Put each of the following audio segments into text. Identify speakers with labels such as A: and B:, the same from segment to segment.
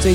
A: 最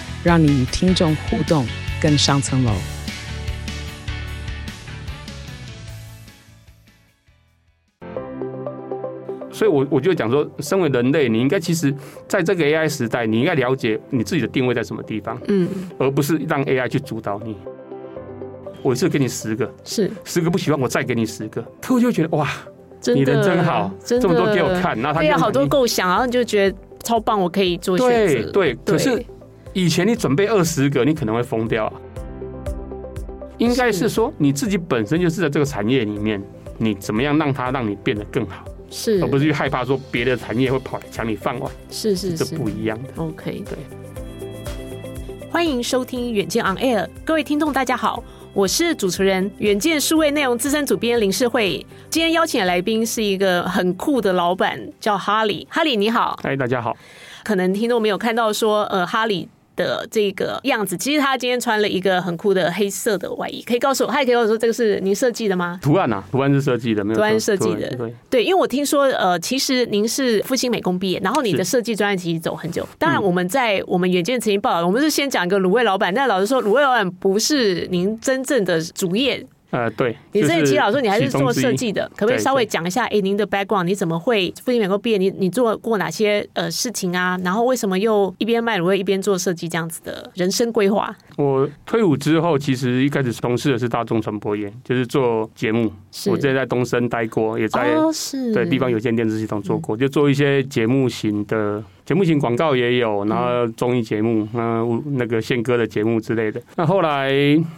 A: 让你与听众互动更上层楼。
B: 所以我，我就讲说，身为人类，你应该其实在这个 AI 时代，你应该了解你自己的定位在什么地方，
C: 嗯，
B: 而不是让 AI 去主导你。我一次给你十个，
C: 是
B: 十个不喜欢，我再给你十个，客户就会觉得哇，
C: 真的，
B: 你人真好，
C: 真的
B: 这么多给我，看，然后他
C: 对
B: 就
C: 啊，好多
B: 你
C: 构想，然后你就觉得超棒，我可以做选
B: 对
C: 择，
B: 对，可是
C: 对
B: 以前你准备二十个，你可能会疯掉啊。应该是
C: 是
B: 说你自己本身就是在这个产业里面，你怎么样让它让你变得更好，
C: 是
B: 而哦不是去害怕说别的产业会跑来抢你饭碗，
C: 是是
B: 这
C: 是
B: 不一样的。
C: OK，
B: 对。
C: 欢迎收听《远见 On Air》，各位听众大家好，我是主持人远见数位内容资深主编林世慧。今天邀请的来宾是一个很酷的老板，叫哈里。哈里你好，
B: 哎，大家好，
C: 可能听众没有看到说，呃，哈里。的这个样子，其实他今天穿了一个很酷的黑色的外衣，可以告诉我，他也可以告诉我这个是您设计的吗？
B: 图案啊，图案是设计的，没有
C: 图案
B: 错
C: 设计的
B: 对，
C: 对，因为我听说，呃，其实您是复兴美工毕业，然后你的
B: 是
C: 设计专业其实走很久。当然，我们在我们远见曾经报道，我们是先讲一个卤味老板，但老实说，卤味老板不是您真正的主业。
B: 呃，对。
C: 你
B: 就
C: 之前提老说你还是
B: 其中
C: 做
B: 之一
C: 设计的，可不可以
B: 对
C: 稍微
B: 对
C: 讲一下？哎，您的 background，你怎么会复兴美工毕业？你你做过哪些呃事情啊？然后为什么又一边卖卤味一边做设计这样子的人生规划？
B: 我退伍之后，其实一开始从事的是大众传播业，就是做节目。
C: 是
B: 我之前在东森待过，也在
C: 哦，是嗯
B: 对地方有线电视系统做过，就做一些节目型的节目型广告也有，然后综艺节目，那
C: 嗯
B: 那个宪哥的节目之类的。那后来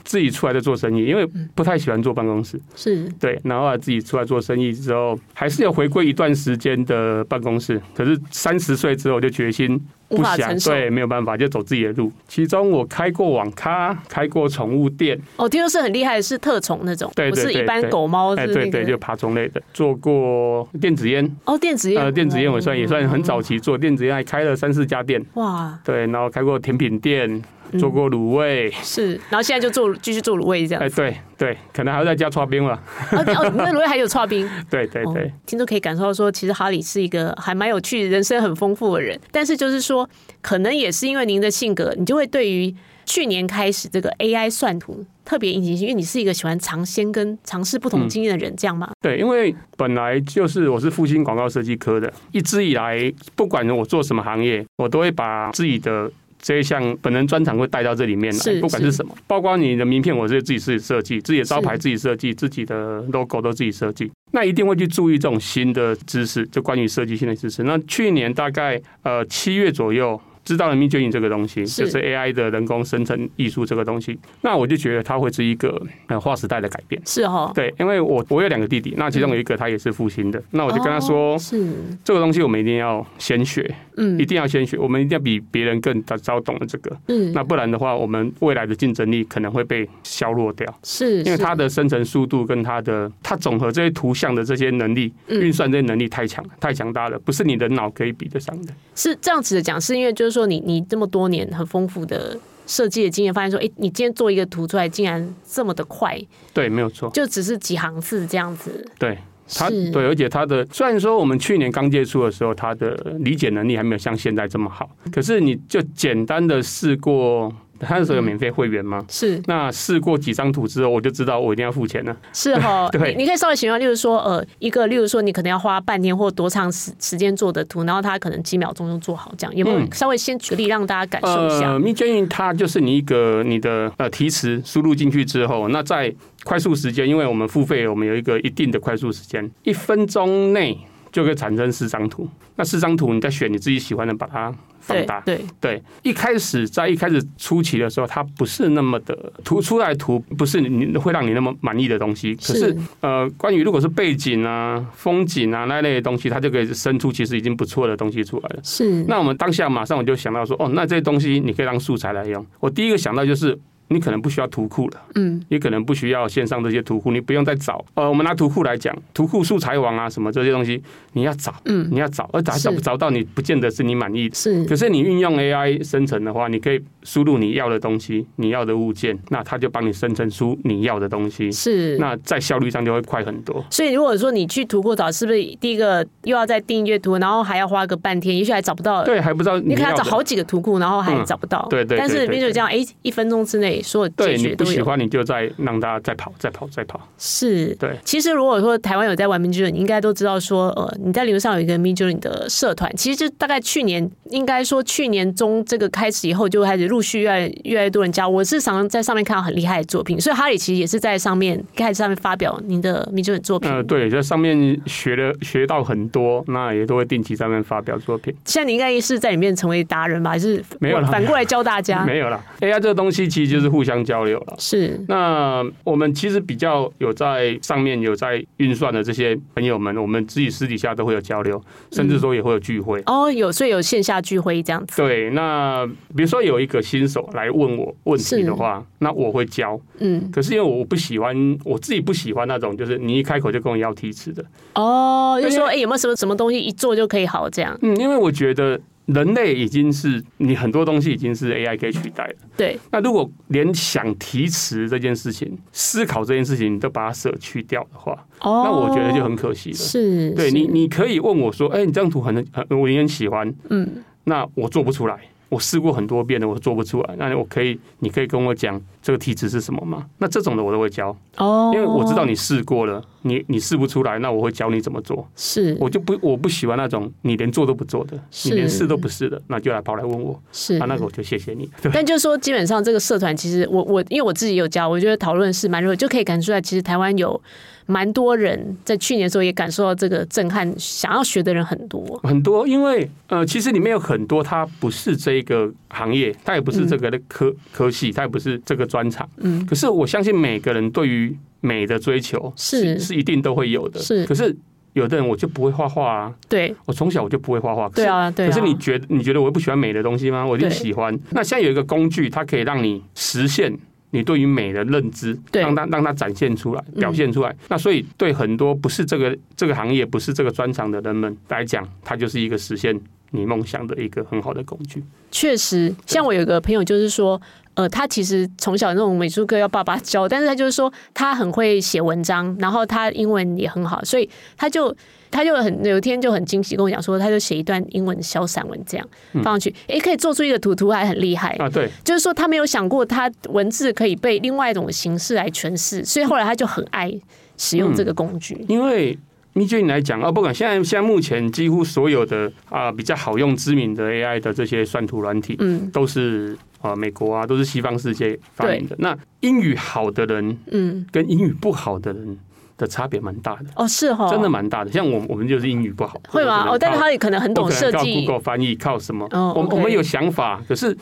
B: 自己出来在做生意，因为
C: 嗯
B: 不太喜欢坐办公室，
C: 是
B: 对，然后后来自己出来做生意之后，还是要回归一段时间的办公室。可是三十岁之后就决心
C: 无
B: 不
C: 法
B: 想
C: 承，受。
B: 对，没有办法，就走自己的路。其中我开过网咖，开过宠物店，
C: 哦，听说是很厉害的，是特宠那种，
B: 对
C: 不
B: 对
C: 是一
B: 对
C: 般
B: 对
C: 狗猫，
B: 哎，
C: 哦是
B: 对
C: 那
B: 对，
C: 个
B: 就爬虫类的，做过电子烟，
C: 哦，电子烟，
B: 呃，电子烟我算也算很早
C: 哦
B: 期做电子烟，还开了三四家店，
C: 哇，
B: 对，然后开过甜品店，做过卤味，
C: 是，然后现在就做继续做卤嗯味这样
B: 哎，
C: 子。
B: 对对，可能还要再加刨冰了，
C: 哦哦，那卤味还有刨冰，
B: 对对对
C: 哦，听众可以感受到说，其实哈里是一个还蛮有趣、人生很丰富的人。但是就是说，可能也是因为您的性格，你就会对于去年开始这个 AI 算图特别引起兴趣，因为你是一个喜欢尝鲜跟尝试不同
B: 嗯
C: 经验的人，这样吗？
B: 对，因为本来就是我是复兴广告设计科的，一直以来不管我做什么行业，我都会把自己的。这一项本人专长会带到这里面
C: 是
B: 来，不管是
C: 是
B: 什么，包括你的名片，我是自己自己设计，自己的招牌
C: 是
B: 自己设计，自己的 logo 都自己设计。那一定会去注意这种新的知识，就关于设计性的知识。那去年大概呃七月左右。知道了 m i d j o u r n e y 这个东西，
C: 是
B: 就是 AI 的人工生成艺术这个东西，那我就觉得它会是一个很划时代的改变。
C: 是哦，
B: 对，因为我我有两个弟弟，那其中有一个他也是复兴的，那我就跟他说，
C: 嗯哦是，
B: 这个东西我们一定要先学，
C: 嗯
B: 一定要先学，我们一定要比别人更早早懂了这个，
C: 嗯，
B: 那不然的话，我们未来的竞争力可能会被削弱掉，
C: 是
B: 因为
C: 是
B: 它的生成速度跟它的它总和这些图像的这些能力、
C: 嗯
B: 运算这些能力太强了，太强大了，不是你的脑可以比得上的。
C: 是这样子的讲，是因为就是说你你这么多年很丰富的设计的经验，发现说，哎、你今天做一个图出来竟然这么的快，
B: 对，没有错。
C: 就只是几行字这样子。
B: 对，它
C: 是
B: 对，而且它的虽然说我们去年刚接触的时候，它的理解能力还没有像现在这么好，可是你就简单的试过，它那时候有免费会员吗？
C: 是
B: 那试过几张图之后，我就知道我一定要付钱了。，
C: 是哈
B: 对
C: 你你可以稍微形容，例如说，呃，一个，例如说，你可能要花半天或多长时时间做的图，然后它可能几秒钟就做好，这样有没有
B: 嗯
C: 稍微先举例让大家感受一下？
B: 呃 m i d j o u r n e y 它就是你一个你的呃题词输入进去之后，那在快速时间，因为我们付费，我们有一个一定的快速时间，一分钟内就会产生四张图。那四张图你再选你自己喜欢的，把它放
C: 对
B: 大。
C: 对
B: 对，一开始在一开始初期的时候，它不是那么的图出来的图不是你会让你那么满意的东西。可是
C: 是
B: 呃，关于如果是背景啊、风景啊那类的东西，它就可以生出其实已经不错的东西出来了。
C: 是，
B: 那我们当下马上我就想到说，哦，那这些东西你可以当素材来用。我第一个想到就是。你可能不需要图库了，
C: 嗯，
B: 你可能不需要线上这些图库，你不用再找。呃，我们拿图库来讲，图库素材网啊什么这些东西，你要找，
C: 嗯
B: 你要找，而找
C: 是
B: 找不找到你，不见得是你满意的。
C: 是
B: 可是你运用 AI 生成的话，你可以输入你要的东西，你要的物件，那它就帮你生成出你要的东西，
C: 是。
B: 那在效率上就会快很多。
C: 所以如果说你去图库找，是不是第一个又要再订阅图，然后还要花个半天，也许还找不到。
B: 对，还不知道
C: 呃你
B: 你
C: 可能
B: 要
C: 要找
B: 的。
C: 好几个图库，然后还
B: 嗯
C: 找不到。
B: 对对对
C: 但是
B: 对
C: 比如
B: 对
C: 这样，哎，一分钟之内所有
B: 对
C: 解
B: 你
C: 决
B: 不
C: 都
B: 喜
C: 有。
B: 欢，你就再让它再跑、再跑、再跑。
C: 是。
B: 对，
C: 其实如果说台湾有在玩 m i d j o u r n e y 你应该都知道说，呃，你在理论上有一个 m i d j o u r n e y 的社团，其实就大概去年，应该说去年中这个开始以后，就开始陆续越来越来越多人加入。我是常常在上面看到很厉害的作品，所以哈里其实也是在上面开始上面发表您的 m i d j o u r n e y 作品。
B: 呃，对，在上面学了学到很多，那也都会定期上面发表作品。
C: 现在你应该是在里面成为达人吧？还是
B: 没有啦
C: 反过来教大家？
B: 没有啦，AI 这个东西其实就是互相交流了。
C: 是
B: 那我们其实比较有在上面有在运算的这些朋友们，我们自己私底下都会有交流，甚至说也会有聚会。
C: 哦，有所以有线下聚会这样子。
B: 对，那比如说有一个新手来问我问题
C: 是
B: 的话，那我会教。
C: 嗯，
B: 可是因为我不喜欢，我自己不喜欢那种，就是你一开口就跟我要题词的。
C: 哦，就说
B: 因
C: 哎、
B: 为
C: 诶有没有什么什么东西一做就可以好这样？
B: 嗯，因为我觉得人类已经是你很多东西已经是 AI 可以取代了。
C: 对，
B: 那如果连想题词这件事情、思考这件事情，你都把它舍去掉的话，
C: 哦，
B: 那我觉得就很可惜了。
C: 是，
B: 对
C: 是
B: 你，你可以问我说：“哎、你这张图很很，我也很喜欢。
C: 嗯，”
B: 那我做不出来，我试过很多遍了，我做不出来。那我可以，你可以跟我讲这个题词是什么吗？那这种的我都会教，
C: 哦，
B: 因为我知道你试过了，你你试不出来，那我会教你怎么做。
C: 是
B: 我就不我不喜欢那种你连做都不做的，
C: 是
B: 你连试都不试的，那就来跑来问我，
C: 是
B: 啊，那个我就谢谢你。对，
C: 但就是说，基本上这个社团，其实我我因为我自己有教，我觉得讨论是蛮热，就可以感受出来，其实台湾有蛮多人在去年的时候也感受到这个震撼，想要学的人很多。
B: 很多，因为呃，其实里面有很多，它不是这个行业，它也不是这个的科、科系，它也不是这个专长。
C: 嗯，
B: 可是我相信每个人对于美的追求
C: 是
B: 是一定都会有的。
C: 是
B: 可是有的人我就不会画画啊，
C: 对
B: 我从小我就不会画画。可是
C: 对。啊，对啊。
B: 可是你觉得你觉得我不喜欢美的东西吗？我一定
C: 对
B: 喜欢。那现在有一个工具，它可以让你实现你对于美的认知，
C: 对
B: 让它让它展现出来、
C: 嗯
B: 表现出来。那所以对很多不是这个这个行业、不是这个专长的人们来讲，它就是一个实现你梦想的一个很好的工具。
C: 确实，像我有个朋友就是说，呃，他其实从小那种美术课要爸爸教，但是他就是说他很会写文章，然后他英文也很好，所以他就他就很有一天就很惊喜跟我讲说，他就写一段英文小散文这样
B: 嗯
C: 放上去，诶、可以做出一个图图还很厉害。
B: 啊，对，
C: 就是说，他没有想过他文字可以被另外一种形式来诠释，所以后来他就很爱使用这个工具。
B: 因为。你就你来讲啊，不管现在现在目前几乎所有的啊、比较好用、知名的 AI 的这些算图软体，
C: 嗯
B: 都是啊、美国啊，都是西方世界发明的。那英语好的人
C: 嗯，
B: 跟英语不好的人的差别蛮大的，
C: 哦，是哦，
B: 真的蛮大的。像我我们就是英语不好，
C: 会吗？
B: 我
C: 哦，
B: 只能
C: 但
B: 靠
C: 是他也可能很
B: 我
C: 懂
B: 可能
C: 设
B: 靠
C: 计，
B: Google 翻译靠什么？
C: 哦
B: 我
C: OK
B: 我们有想法，可是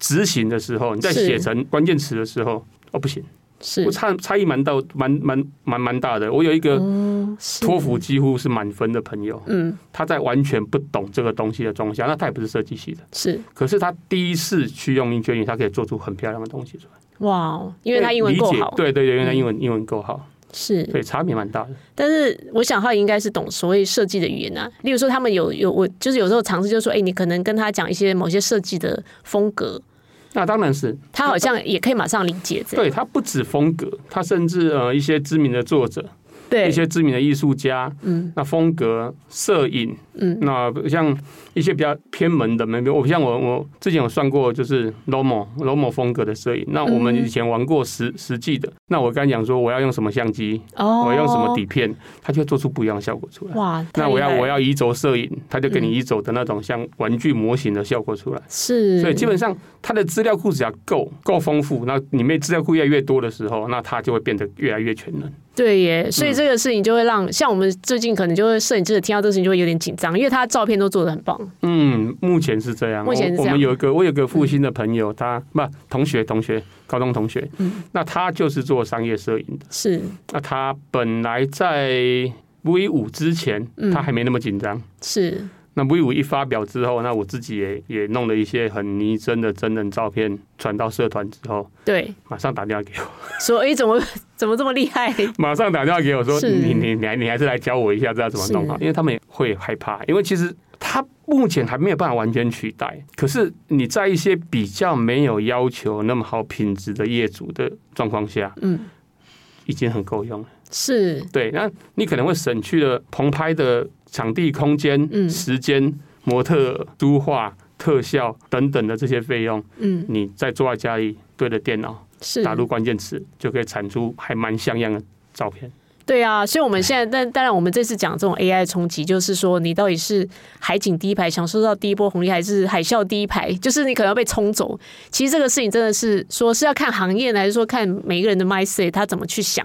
B: 执行的时候，你在
C: 是
B: 写成关键词的时候，哦不行，
C: 是
B: 我差差异蛮大，蛮蛮蛮蛮大的。我有一个
C: 哦
B: 托福几乎是满分的朋友，
C: 嗯，
B: 他在完全不懂这个东西的状况下，那他也不是设计系的，
C: 是
B: 可是他第一次去用英卷语，他可以做出很漂亮的东西出来，哎
C: 哇哦，因为他英文
B: 理
C: 够
B: 解
C: 好，嗯
B: 对对对，因为他英文、英文够好，
C: 是。
B: 对，差别蛮大的。
C: 但是我想他应该是懂所谓设计的语言啊，例如说他们有有我就是有时候尝试就说，哎、你可能跟他讲一些某些设计的风格，
B: 那当然是，
C: 他好像也可以马上理解这样。
B: 对他不止风格，他甚至呃一些知名的作者，
C: 对
B: 一些知名的艺术家，
C: 嗯，
B: 那风格、摄影，
C: 嗯，
B: 那像一些比较偏门的，没有，我像我我之前有算过，就是 Lomo Lomo 风格的摄影。那我们
C: 嗯
B: 以前玩过实实际的，那我刚讲说我要用什么相机，
C: 哦，
B: 我要用什么底片，它就会做出不一样的效果出来。
C: 哇，太
B: 那我
C: 厉
B: 要
C: 害
B: 我
C: 了
B: 要移轴摄影，它就给你移轴的那种像玩具模型的效果出来。
C: 是，
B: 所以基本上它的资料库只要够够丰富，那里面资料库越来越多的时候，那它就会变得越来越全能。
C: 对耶，所以这个事情就会让、像我们最近可能就会摄影记者听到这个事情就会有点紧张，因为他照片都做的很棒，
B: 嗯，目前是这样。
C: 目前是这样
B: 我我们有一个，我有个复兴的朋友，他不同学，同学，高中同学，
C: 嗯
B: 那他就是做商业摄影的。
C: 是
B: 那他本来在 V 五之前，
C: 嗯
B: 他还没那么紧张。
C: 是，
B: 那 V 五一发表之后，那我自己也也弄了一些很拟真的真人照片传到社团之后，
C: 对，
B: 马上打电话给我，
C: 说哎、诶怎么 怎么这么厉害？
B: 马上打电话给我说，
C: 是
B: 你你你还你还是来教我一下，知道怎么弄好，啊
C: 是
B: 因为他们也会害怕，因为其实他目前还没有办法完全取代，可是你在一些比较没有要求那么好品质的业主的状况下，
C: 嗯，
B: 已经很够用了。
C: 是
B: 对，那你可能会省去了棚拍的场地、空间、
C: 嗯
B: 时间、模特、书画、特效等等的这些费用，
C: 嗯
B: 你再坐在家里对着电脑
C: 是，
B: 打入关键词，就可以产出还蛮像样的照片。
C: 对啊，所以我们现在，但当然，我们这次讲这种 AI 冲击，就是说你到底是海景第一排享受到第一波红利，还是海啸第一排，就是你可能要被冲走。其实这个事情真的是说是要看行业呢，还是说看每一个人的 mindset 他怎么去想？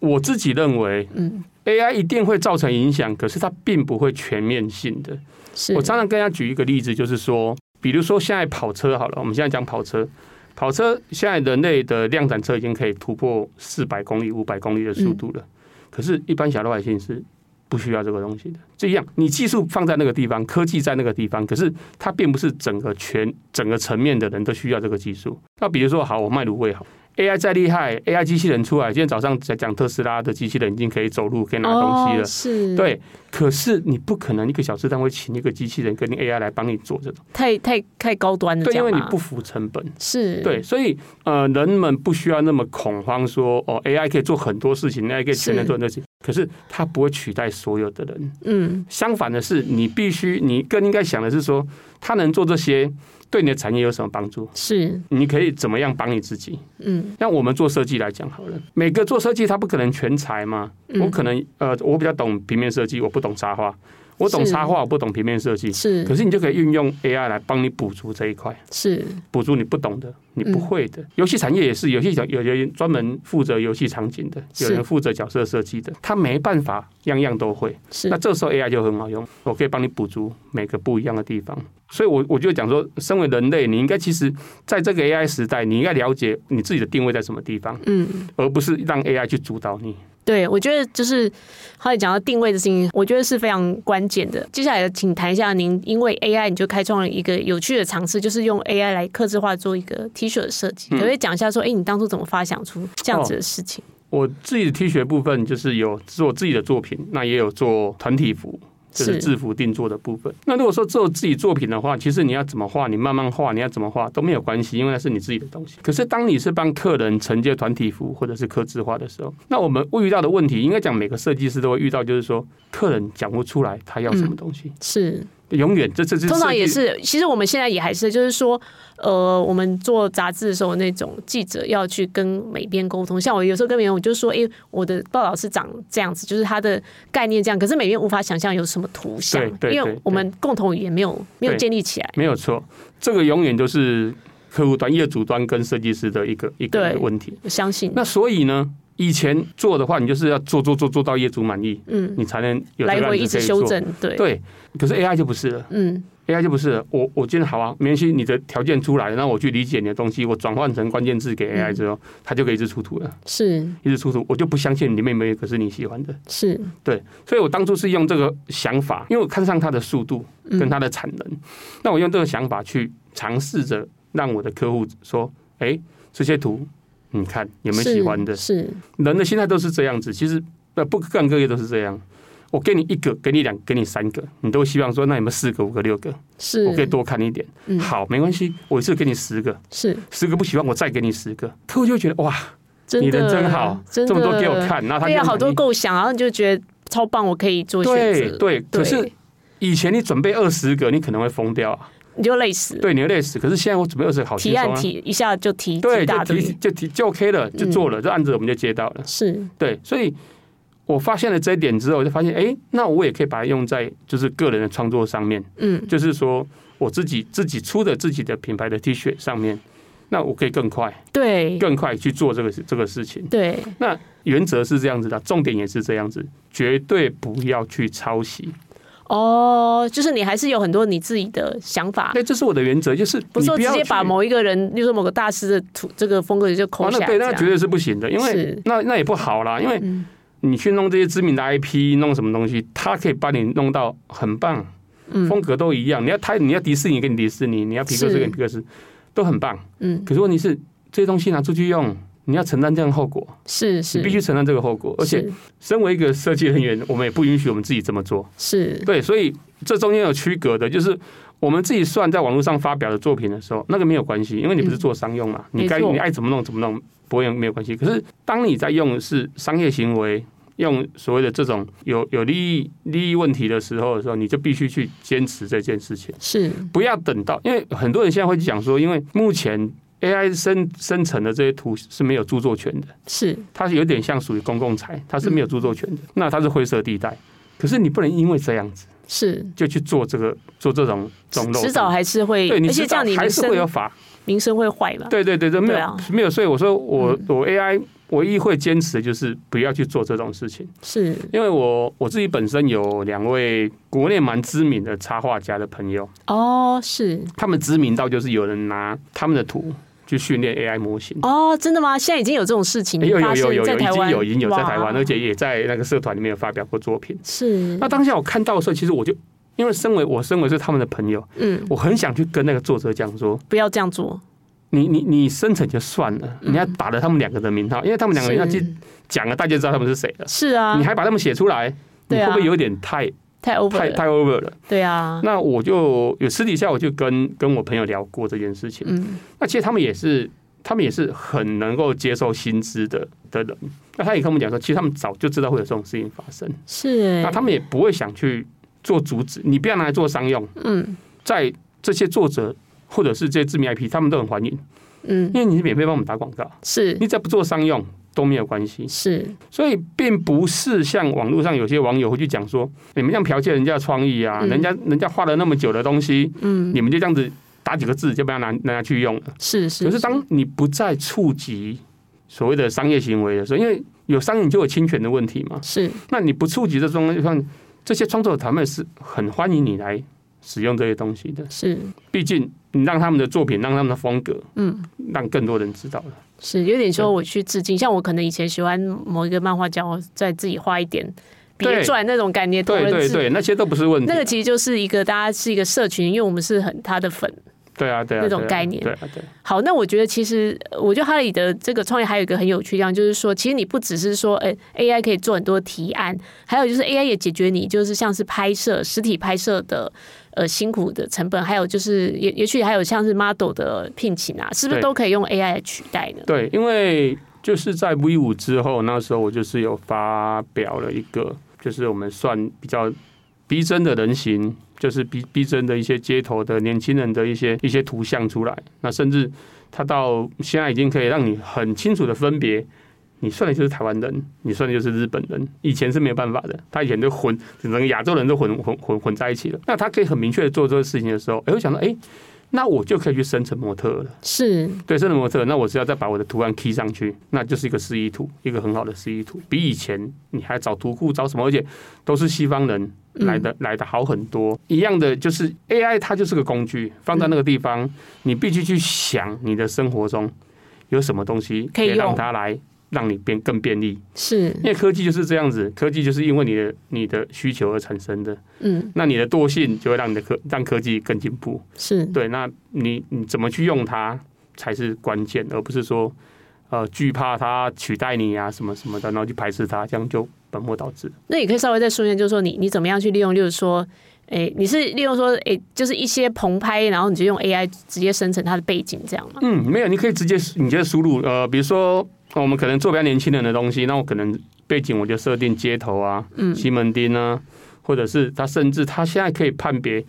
B: 我自己认为，
C: 嗯
B: AI 一定会造成影响，可是它并不会全面性的。
C: 是
B: 我常常跟大家举一个例子，就是说，比如说现在跑车好了，我们现在讲跑车，跑车现在人类的量产车已经可以突破四百公里、五百公里的速度了，可是，一般小老百姓是不需要这个东西的。这样，你技术放在那个地方，科技在那个地方，可是它并不是整个全整个层面的人都需要这个技术。那比如说，好，我卖卤味好。AI 再厉害，AI 机器人出来，今天早上在讲特斯拉的机器人已经可以走路，可以拿东西了
C: 哦，。是，，
B: 对，可是你不可能一个小时单位请一个机器人跟 AI 来帮你做这种，
C: 太太太高端了，
B: 对，
C: 嗯这
B: 因
C: 样啊
B: 为你
C: 吗
B: 不符成本，
C: 是，
B: 对，所以呃，人们不需要那么恐慌说哦，AI 可以做很多事情，AI 可以全能做很多事情，可是它不会取代所有的人。
C: 嗯，
B: 相反的是，你必须，你更应该想的是说，它能做这些。对你的产业有什么帮助？
C: 是，
B: 你可以怎么样帮你自己？
C: 嗯
B: 像我们做设计来讲好了，每个做设计他不可能全才嘛，
C: 嗯
B: 我可能呃，我比较懂平面设计，我不懂插画，我懂
C: 是
B: 插画，我不懂平面设计。
C: 是
B: 可是你就可以运用 AI 来帮你补足这一块，
C: 是，
B: 补足你不懂的、你不会的。
C: 嗯
B: 游戏产业也是，游戏有有人专门负责游戏场景的，
C: 是
B: 有人负责角色设计的，他没办法样样都会。
C: 是
B: 那这时候 AI 就很好用，我可以帮你补足每个不一样的地方。所以我，我就讲说，身为人类，你应该其实在这个 AI 时代，你应该了解你自己的定位在什么地方，
C: 嗯。
B: 而不是让 AI 去主导你。
C: 对，我觉得就是还有讲到定位的事情，我觉得是非常关键的。接下来，请谈一下您因为 AI 你就开创了一个有趣的尝试，就是用 AI 来客制化做一个 T 恤的设计。可不可以
B: 嗯
C: 讲一下说，哎，你当初怎么发想出这样子的事情？
B: 我自己的 T 恤部分就是有做自己的作品，那也有做团体服，就是制服定做的部分。那如果说做自己作品的话，其实你要怎么画，你慢慢画，你要怎么画都没有关系，因为那是你自己的东西。可是当你是帮客人承接团体服或者是客制化的时候，那我们遇到的问题，应该讲每个设计师都会遇到，就是说客人讲不出来他要什么东西，
C: 是，
B: 永远这这这
C: 嗯通常也
B: 设计
C: 是，其实我们现在也还是，就是说，呃，我们做杂志的时候，那种记者要去跟美编沟通。像我有时候跟美编，我就说，哎、我的报道是长这样子，就是它的概念这样，可是美编无法想象有什么图像
B: 对，对
C: 因
B: 对
C: 为
B: 对
C: 我们共同语言没有没有
B: 对
C: 建立起来。
B: 没有错，这个永远都是客户端、业主端跟设计师的一个一个
C: 对
B: 问题。
C: 我相信，
B: 那所以呢，以前做的话，你就是要做做做做到业主满意，
C: 嗯，
B: 你才能有
C: 来
B: 这个案
C: 回
B: 子
C: 一直
B: 可以
C: 修
B: 做。
C: 正，对，
B: 对，可是 AI 就不是了
C: 嗯，
B: ，AI 就不是了。我我今天好啊，没关系，你的条件出来，那我去理解你的东西，我转换成关键字
C: 嗯
B: 给 AI 之后，它就可以一直出图了，
C: 是
B: 一直出图，我就不相信里面没有一个是你喜欢的。
C: 是，
B: 对，所以我当初是用这个想法，因为我看上它的速度
C: 嗯
B: 跟它的产能，那我用这个想法去尝试着让我的客户说，哎、这些图你看有没有喜欢的？
C: 是是
B: 人的心态都是这样子，其实呃，不各行各业都是这样。我给你一个，给你两个，给你三个，你都希望说，那有没有四个、五个、六个？
C: 是，
B: 我可以多看一点。
C: 嗯
B: 好，没关系，我一次给你十个，
C: 是
B: 十个不喜欢，我再给你十个。客户就会觉得哇，
C: 真的，
B: 你人真好，
C: 真的
B: 这么多给我，看，那他
C: 对
B: 就
C: 呀，
B: 很
C: 好多
B: 满意
C: 构想，然后你就觉得超棒，我可以做选
B: 对
C: 择，
B: 对。可是
C: 对
B: 以前你准备二十个，你可能会疯掉啊，
C: 你就累死了。
B: 对，你会累死。可是现在我准备二十个，好轻
C: 提
B: 松
C: 案
B: 啊。
C: 提一下就提
B: 对，就
C: 几大堆，嗯
B: 提就提就 OK 了，就做了，这案子我们就接到了。
C: 是
B: 对，所以我发现了这一点之后，我就发现，哎，那我也可以把它用在就是个人的创作上面，
C: 嗯
B: 就是说我自己自己出的自己的品牌的 T 恤上面，那我可以更快、
C: 对
B: 更快去做这个事这个事情。
C: 对
B: 那原则是这样子的，重点也是这样子，绝对不要去抄袭。
C: 哦，就是你还是有很多你自己的想法，
B: 对，这是我的原则，就是
C: 不是
B: 你
C: 说
B: 不
C: 直
B: 要
C: 接把
B: 去
C: 某一个人，例如说某个大师的图这个风格就
B: 哦
C: 抠
B: 那
C: 下来
B: 对，
C: 这
B: 那
C: 样。
B: 绝对是不行的，因为
C: 是
B: 那那也不好啦，因为
C: 嗯
B: 你去弄这些知名的 IP，弄什么东西，它可以把你弄到很棒，
C: 嗯
B: 风格都一样。你要它，你要迪士尼跟迪士尼，你要皮克斯
C: 是
B: 跟皮克斯，都很棒。
C: 嗯，
B: 可是问题是，这些东西拿出去用，你要承担这样的后果，
C: 是是，
B: 你必须承担这个后果。而且，
C: 是
B: 身为一个设计人员，我们也不允许我们自己这么做。
C: 是
B: 对，所以这中间有区隔的，就是我们自己算在网络上发表的作品的时候，那个没有关系，因为你不是做商用嘛，
C: 嗯
B: 你该
C: 没错
B: 你爱怎么弄怎么弄，不会没有关系。可是当你在用的是商业行为，用所谓的这种有有利益利益问题的时候的时候，你就必须去坚持这件事情，
C: 是
B: 不要等到，因为很多人现在会讲说，因为目前 AI 生生成的这些图是没有著作权的。
C: 是
B: 它是有点像属于公共财，它是没有
C: 嗯
B: 著作权的，那它是灰色地带。可是你不能因为这样子
C: 是，
B: 就去做这个做这种中漏，
C: 迟早还是会，
B: 对你
C: 而
B: 迟
C: 且这
B: 早
C: 样你
B: 还
C: 名
B: 是会有
C: 声
B: 法，
C: 名声会坏了。
B: 对对对对，没有、
C: 对啊嗯
B: 没有，所以我说我、我 AI 唯一会坚持的就是不要去做这种事情，
C: 是
B: 因为我我自己本身有两位国内蛮知名的插画家的朋友，
C: 哦，是
B: 他们知名到就是有人拿他们的图去训练 AI 模型。
C: 哦，真的吗？现在已经有这种事情
B: 诶有有
C: 发
B: 有有有，
C: 生在
B: 已
C: 台
B: 经
C: 湾，
B: 有已经有在
C: 哇
B: 台湾，而且也在那个社团里面有发表过作品。
C: 是
B: 那当下我看到的时候，其实我就因为身为我身为是他们的朋友，
C: 嗯，
B: 我很想去跟那个作者讲说，
C: 不要这样做，
B: 你你你生成就算了，你还打了他们两个的名号，因为他们两个人要去
C: 嗯是
B: 讲了，大家就知道他们是谁了，
C: 是啊
B: 你，还把他们写出来，你
C: 对
B: 会
C: 啊
B: 不会有点太
C: 太 over
B: 太
C: 了，
B: 太 over 了？
C: 对啊，
B: 那我就有私底下我就跟跟我朋友聊过这件事情，
C: 嗯，
B: 那其实他们也是。他们也是很能够接受薪资的的人，那他也跟我们讲说，其实他们早就知道会有这种事情发生，
C: 是欸
B: 那他们也不会想去做阻止，你不要拿来做商用。
C: 嗯
B: 在这些作者或者是这些知名 IP，他们都很欢迎，
C: 嗯
B: 因为你是免费帮我们打广告，
C: 是
B: 你只要不做商用都没有关系。
C: 是
B: 所以并不是像网络上有些网友会去讲说，你们这样剽窃人家的创意啊，
C: 嗯
B: 人家人家画了那么久的东西，
C: 嗯
B: 你们就这样子打几个字就不要拿拿去用了。
C: 是是，
B: 可是当你不再触及所谓的商业行为的时候，因为有商业你就有侵权的问题嘛，
C: 是
B: 那你不触及这种地方，这些创作者他们是很欢迎你来使用这些东西的。
C: 是
B: 毕竟你让他们的作品，让他们的风格，
C: 嗯，
B: 让更多人知道了。
C: 是有点说
B: 对
C: 我去致敬，像我可能以前喜欢某一个漫画家，我再自己画一点别
B: 对
C: 传那种感觉，同
B: 对
C: 人
B: 对
C: 志。
B: 对，那些都不是问题啊
C: 那。个其实就是一个大家是一个社群，因为我们是很他的粉。
B: 对啊，对啊，
C: 那种
B: 对啊
C: 概念
B: 对啊，对啊。
C: 好，那我觉得其实，呃我觉得哈里的这个创业还有一个很有趣的地方，就是说，其实你不只是说，哎、a i 可以做很多提案，还有就是 AI 也解决你就是像是拍摄实体拍摄的呃辛苦的成本，还有就是也也许还有像是 model 的聘请啊，是不是
B: 对
C: 都可以用 AI 来取代呢？
B: 对，因为就是在 V 五之后，那时候我就是有发表了一个，就是我们算比较逼真的人形，就是逼逼真的一些街头的年轻人的一些一些图像出来。那甚至它到现在已经可以让你很清楚的分别。你算的就是台湾人，你算的就是日本人。以前是没有办法的，他以前就混整个亚洲人都混混混混在一起了。那他可以很明确的做这个事情的时候，哎，我想到，哎，那我就可以去生成模特了。
C: 是
B: 对，生成模特，那我只要再把我的图案 key 上去，那就是一个示意图，一个很好的示意图，比以前你还找图库找什么，而且都是西方人
C: 嗯
B: 来的、来的好很多。一样的就是 AI，它就是个工具，放在那个地方，
C: 嗯
B: 你必须去想你的生活中有什么东西
C: 可以
B: 让
C: 用
B: 它来。让你变更便利，
C: 是，
B: 因为科技就是这样子，科技就是因为你的你的需求而产生的。
C: 嗯
B: 那你的惰性就会让你的科让科技更进步。
C: 是
B: 对，那你你怎么去用它才是关键，而不是说呃惧怕它取代你啊什么什么的，然后去排斥它，这样就本末倒置。
C: 那也可以稍微再说一下，就是说你你怎么样去利用，就是说，诶、你是利用说，诶、就是一些棚拍，然后你就用 AI 直接生成它的背景，这样吗？
B: 嗯，没有，你可以直接你就输入呃，比如说呃我们可能做比较年轻人的东西，那我可能背景我就设定街头啊、
C: 嗯
B: 西门町啊，或者是它甚至它现在可以判别。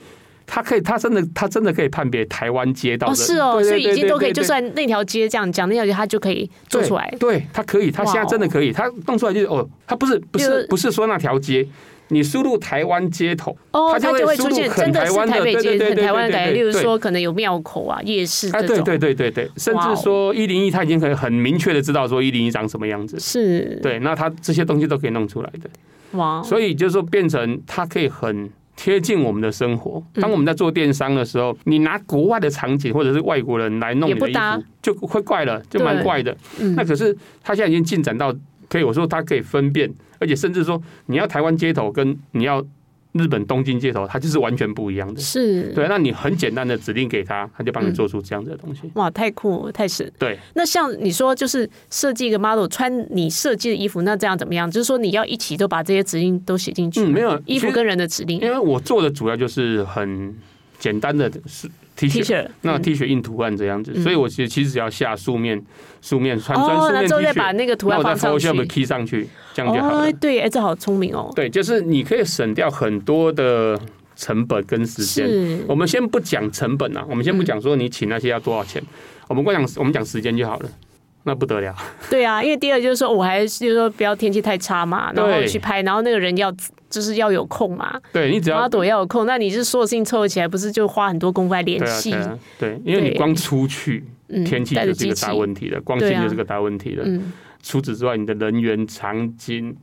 B: 它可以，它真的，它真的可以判别台湾街道的，
C: 哦，是哦，
B: 对
C: 所以已经都可
B: 对
C: 以，
B: 对对
C: 就算那条街这样讲那条街，它就可以做出来。
B: 哦对，对它可以，它现在真的可以，它弄出来就是哦，它不是不
C: 就是是
B: 不是说那条街，你输入台湾街头，
C: 哦，
B: 它就
C: 它
B: 会
C: 就会
B: 输入
C: 出现
B: 很
C: 真的
B: 台
C: 是
B: 湾的
C: 台北
B: 对对
C: 街
B: 对
C: 很
B: 对
C: 台湾的
B: 对
C: 感觉，
B: 对
C: 例如
B: 对
C: 说可能有庙口啊、夜市
B: 哎，
C: 这
B: 对
C: 种，
B: 对对对对，甚
C: 哇哦
B: 至说一零一，它已经可以很明确的知道说一零一长什么样子。
C: 是，
B: 对，那它这些东西都可以弄出来的，
C: 哇，
B: 所以就是说变成它可以很贴近我们的生活。
C: 嗯
B: 当我们在做电商的时候，你拿国外的场景或者是外国人来弄你
C: 也不
B: 的衣
C: 搭
B: 服，就会怪了，就蛮
C: 对
B: 怪的。
C: 嗯
B: 那可是它现在已经进展到可以，我说它可以分辨，而且甚至说你要台湾街头跟你要日本东京街头，它就是完全不一样的。
C: 是，
B: 对，那你很简单的指令给他，他就帮你
C: 嗯
B: 做出这样子的东西。
C: 哇，太酷了，太神。
B: 对，
C: 那像你说，就是设计一个 model 穿你设计的衣服，那这样怎么样？就是说你要一起都把这些指令都写进去，
B: 嗯，没有
C: 衣
B: 其
C: 服
B: 实
C: 跟人的指令
B: 因为我做的主要就是很简单的是 T
C: ，T
B: 恤。
C: 恤，
B: 那
C: 嗯
B: T 恤印图案这样子，
C: 嗯
B: 所以我其实其实只要下素面，素面穿穿
C: 哦
B: 素，
C: 那
B: 面 T
C: 之后再把
B: 恤，
C: 那个图
B: 那
C: 案
B: 我再
C: 放上
B: Photoshop
C: 去。
B: key 上去，这样就好了
C: 哦，。对，哎，这好聪明哦。
B: 对，就是你可以省掉很多的成本跟时间。
C: 是，
B: 我们先不讲成本啊，我们先
C: 嗯
B: 不讲说你请那些要多少钱，我们光讲我们讲时间就好了，那不得了。
C: 对啊，因为第二就是说，我还是就是说不要天气太差嘛，然后
B: 对
C: 去拍，然后那个人要就是要有空嘛，
B: 对啊你只要
C: model 要有空，那你是所有事情凑合起来，不是就花很多功夫来联
B: 对啊，
C: 系
B: 对？啊，对，因为你
C: 对
B: 光出去，
C: 嗯，
B: 天气
C: 带着
B: 就是一
C: 机
B: 个
C: 器
B: 大，问题了，光线
C: 对啊
B: 就是个大问题了。
C: 嗯
B: 除此之外，你的人员、场景，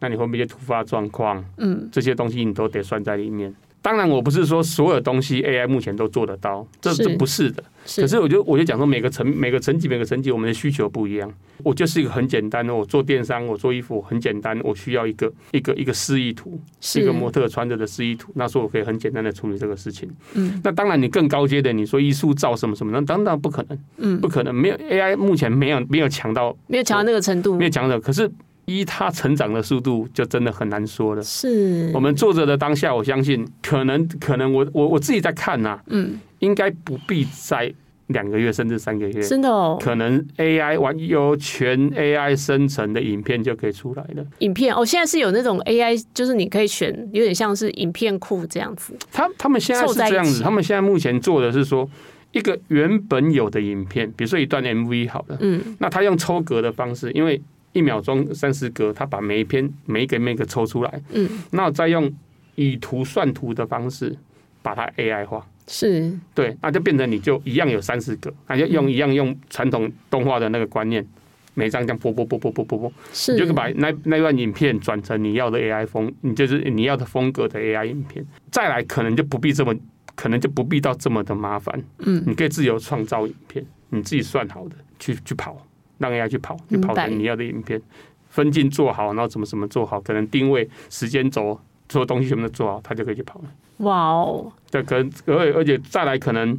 B: 那你会不会有突发状况，
C: 嗯，
B: 这些东西你都得算在里面。当然，我不是说所有东西 AI 目前都做得到，这
C: 是
B: 这不是的。
C: 是，
B: 可是我就我就讲说，每个层、每个层级、每个层级，我们的需求不一样。我就是一个很简单的，我做电商，我做衣服很简单，我需要一个一个一个示意图，
C: 是
B: 一个模特穿着的示意图，那时候我可以很简单的处理这个事情。
C: 嗯，
B: 那当然你更高阶的，你说艺术照什么什么，那当然不可能，
C: 嗯
B: 不可能，没有 AI 目前没有没有强到
C: 没有强到那个程度
B: 没，有强的，可是依它成长的速度，就真的很难说了。
C: 是，
B: 我们作者的当下，我相信可能可能我我我自己在看呐、
C: 嗯，
B: 应该不必在两个月甚至三个月。
C: 真的哦，
B: 可能 AI 完由全 AI 生成的影片就可以出来了。
C: 影片哦，现在是有那种 AI，就是你可以选，有点像是影片库这样子，
B: 他他们现在
C: 凑
B: 是
C: 在一
B: 这样
C: 起
B: 子，他们现在目前做的是说，一个原本有的影片，比如说一段 MV 好了，
C: 嗯，
B: 那他用抽格的方式，因为一秒钟三十格，他把每一篇每一个每一个抽出来，
C: 嗯，
B: 那再用以图算图的方式把它 AI 化。
C: 是，
B: 对，那就变成你就一样有三十个，那就
C: 嗯
B: 用一样用传统动画的那个观念，每张这样播播播播播播播，
C: 是，
B: 你就可以把那那段影片转成你要的 AI 风，你就是你要的风格的 AI 影片。再来，可能就不必这么，可能就不必到这么的麻烦。
C: 嗯，
B: 你可以自由创造影片，你自己算好的去去跑，让 AI 去跑，去跑
C: 明白
B: 成你要的影片。分镜做好，然后怎么怎么做好，可能定位、时间轴，所有东西全部都做好，它就可以去跑了。
C: 哇哦，
B: 对，可能而而且再来，可能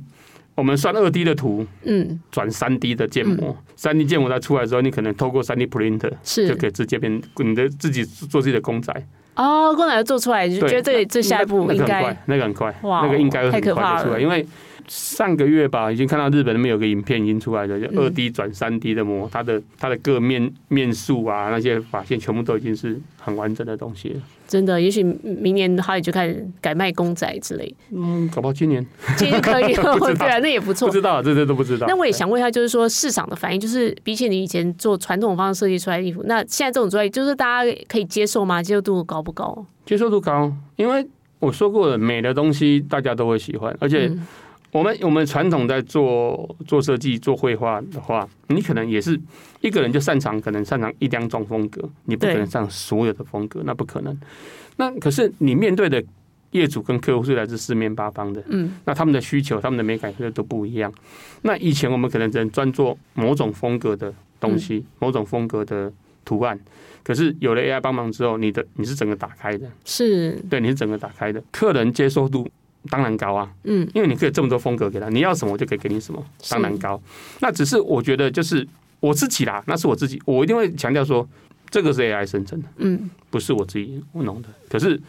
B: 我们算二 D 的图
C: 嗯，
B: 转三 D 的建模，三、D 建模它出来之后，你可能透过三 D printer 就是可以直接变你的自己做自己的公仔。
C: 哦，公仔都做出来，就
B: 对，
C: 觉得这这下一步
B: 那那
C: 应
B: 个很
C: 该
B: 快，那个很快，
C: 哇
B: 那个应该会
C: 太
B: 很
C: 可怕
B: 快就出
C: 了
B: 来，因为。上个月吧，已经看到日本那边有个影片已经出来了，就
C: 嗯
B: 二 D 转三 D 的模，它的它的各面面数啊，那些法线全部都已经是很完整的东西了。
C: 真的，也许明年哈利就开始改卖公仔之类，
B: 嗯，搞不好今年
C: 这就可以 了
B: 不知道
C: 对啊，那也不
B: 不
C: 错。
B: 知道，这这都不知道。
C: 那我也想问一下，就是说市场的反应，就是比起你以前做传统方式设计出来的衣服，那现在这种出来，就是大家可以接受吗？接受度高不高？
B: 接受度高，因为我说过了，美的东西大家都会喜欢，而且
C: 嗯
B: 我们、我们传统在做做设计、做绘画的话，你可能也是一个人就擅长，可能擅长一两种风格，你不
C: 对
B: 可能擅长所有的风格，那不可能。那可是你面对的业主跟客户是来自四面八方的，
C: 嗯，
B: 那他们的需求、他们的美感可能都不一样。那以前我们可能只能专做某种风格的东西、
C: 嗯
B: 某种风格的图案，可是有了 AI 帮忙之后，你的你是整个打开的。
C: 是，
B: 对，你是整个打开的，客人接受度当然高啊，
C: 嗯，
B: 因为你可以这么多风格给他，你要什么我就可以给你什么，当然
C: 是
B: 高。那只是我觉得就是我自己啦，那是我自己，我一定会强调说，这个是 AI 生成的，
C: 嗯，
B: 不是我自己弄的。可是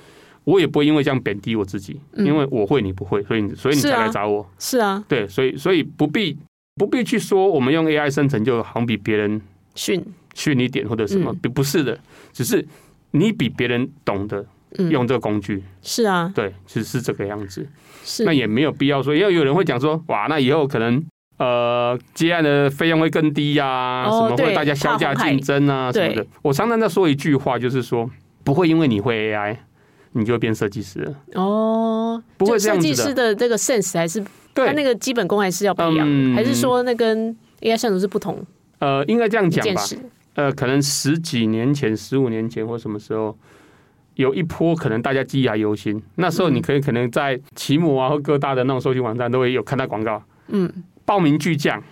B: 我也不会因为这样贬低我自己，
C: 嗯
B: 因为我会你不会，所以你所以你
C: 是
B: 才
C: 啊
B: 来找我，
C: 是啊，
B: 对，所以所以不必不必去说我们用 AI 生成就好像比别人
C: 训，
B: 逊一点或者什么，
C: 嗯
B: 不、不是的，只是你比别人懂得
C: 嗯，
B: 用这个工具。
C: 是啊，
B: 对，是是这个样子。
C: 是，
B: 那也没有必要说，因为有人会讲说，哇，那以后可能呃接案的费用会更低呀、
C: 哦
B: 什么
C: 对
B: 会大家削价竞争啊
C: 怕
B: 什
C: 红海
B: 么的。我常常在说一句话，就是说不会因为你会 AI，你就会变设计师了。
C: 哦，
B: 不会
C: 就
B: 这样
C: 设
B: 子
C: 计
B: 的
C: 师的这个 sense 还是
B: 对，
C: 他那个基本功还是要不一样，
B: 嗯
C: 还是说那跟 AI 算图是不同
B: 呃，应该这样
C: 一
B: 讲
C: 件
B: 吧。
C: 事？
B: 呃，可能十几年前、十五年前或什么时候，有一波可能大家记忆还犹新。那时候
C: 嗯
B: 你可以可能在奇摩啊或各大的那种搜寻网站都会有看到广告，
C: 嗯，
B: 报名巨匠。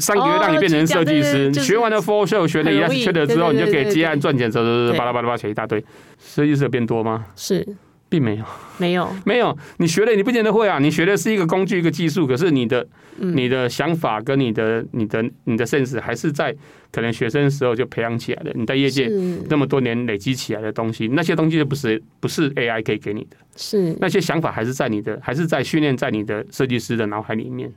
B: 三个月
C: 哦
B: 让你变成设计
C: 巨匠对对
B: 师，
C: 对就是
B: 学完了 Photoshop，学了
C: 很
B: e
C: 容
B: s
C: 易
B: 学了之后，
C: 对对
B: 你就可以接案
C: 对对对
B: 赚钱，这
C: 对
B: 巴拉巴拉巴拉写一大堆。设计师有变多吗？
C: 是
B: 并没有，
C: 没有
B: 没有。你学了你不见得会啊，你学的是一个工具、一个技术，可是你的、
C: 嗯
B: 你的想法跟你的、你的、你的 sense 还是在可能学生时候就培养起来的，你在业界
C: 是
B: 那么多年累积起来的东西，那些东西就不是不是 AI 可以给你的，
C: 是，
B: 那些想法还是在你的，还是在训练在你的设计师的脑海里面，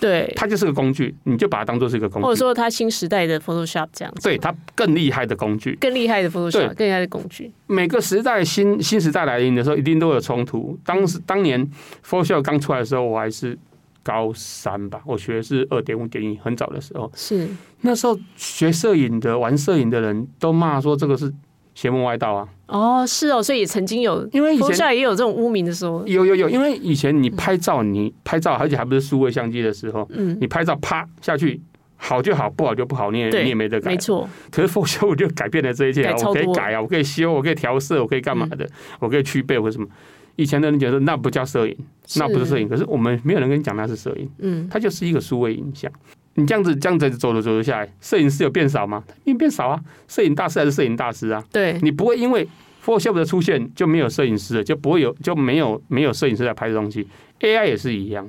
C: 对，
B: 它就是个工具，你就把它当做是一个工具，
C: 或者说他新时代的 Photoshop 这样子，
B: 对它更厉害的工具。
C: 更厉害的
B: 对
C: Photoshop，更厉害的工具，
B: 每个时代新新时代来临的时候，一定都有冲突。当时当年 Photoshop 刚出来的时候，我还是高三吧，我学的是二点五点一，很早的时候。
C: 是
B: 那时候学摄影的、玩摄影的人都骂说这个是邪门歪道啊，
C: 哦，是哦，所以也曾经有
B: 因为哎以前
C: Photoshop 也有这种污名的时候，
B: 有有有，因为以前你拍照，你拍照，而且还不是数位相机的时候，
C: 嗯，
B: 你拍照啪下去，好就好，不好就不好，你也
C: 对
B: 你也没得改
C: 没。错，
B: 可是 Photoshop 就改变了这一切啊
C: 改，超
B: 我可以
C: 多嗯
B: 改啊，我可以修，我可以调色，我可以干嘛的，我可以区背或什么。以前的人觉得那不叫摄影，那不是摄影，可是我们没有人跟你讲那是摄影，
C: 嗯，
B: 它就是一个数位影像。你这样子这样子走着走着下来，摄影师有变少吗？因为变少啊，摄影大师还是摄影大师啊。
C: 对，
B: 你不会因为 Photoshop 的出现就没有摄影师了，就不会有就没有没有摄影师来拍东西。AI 也是一样，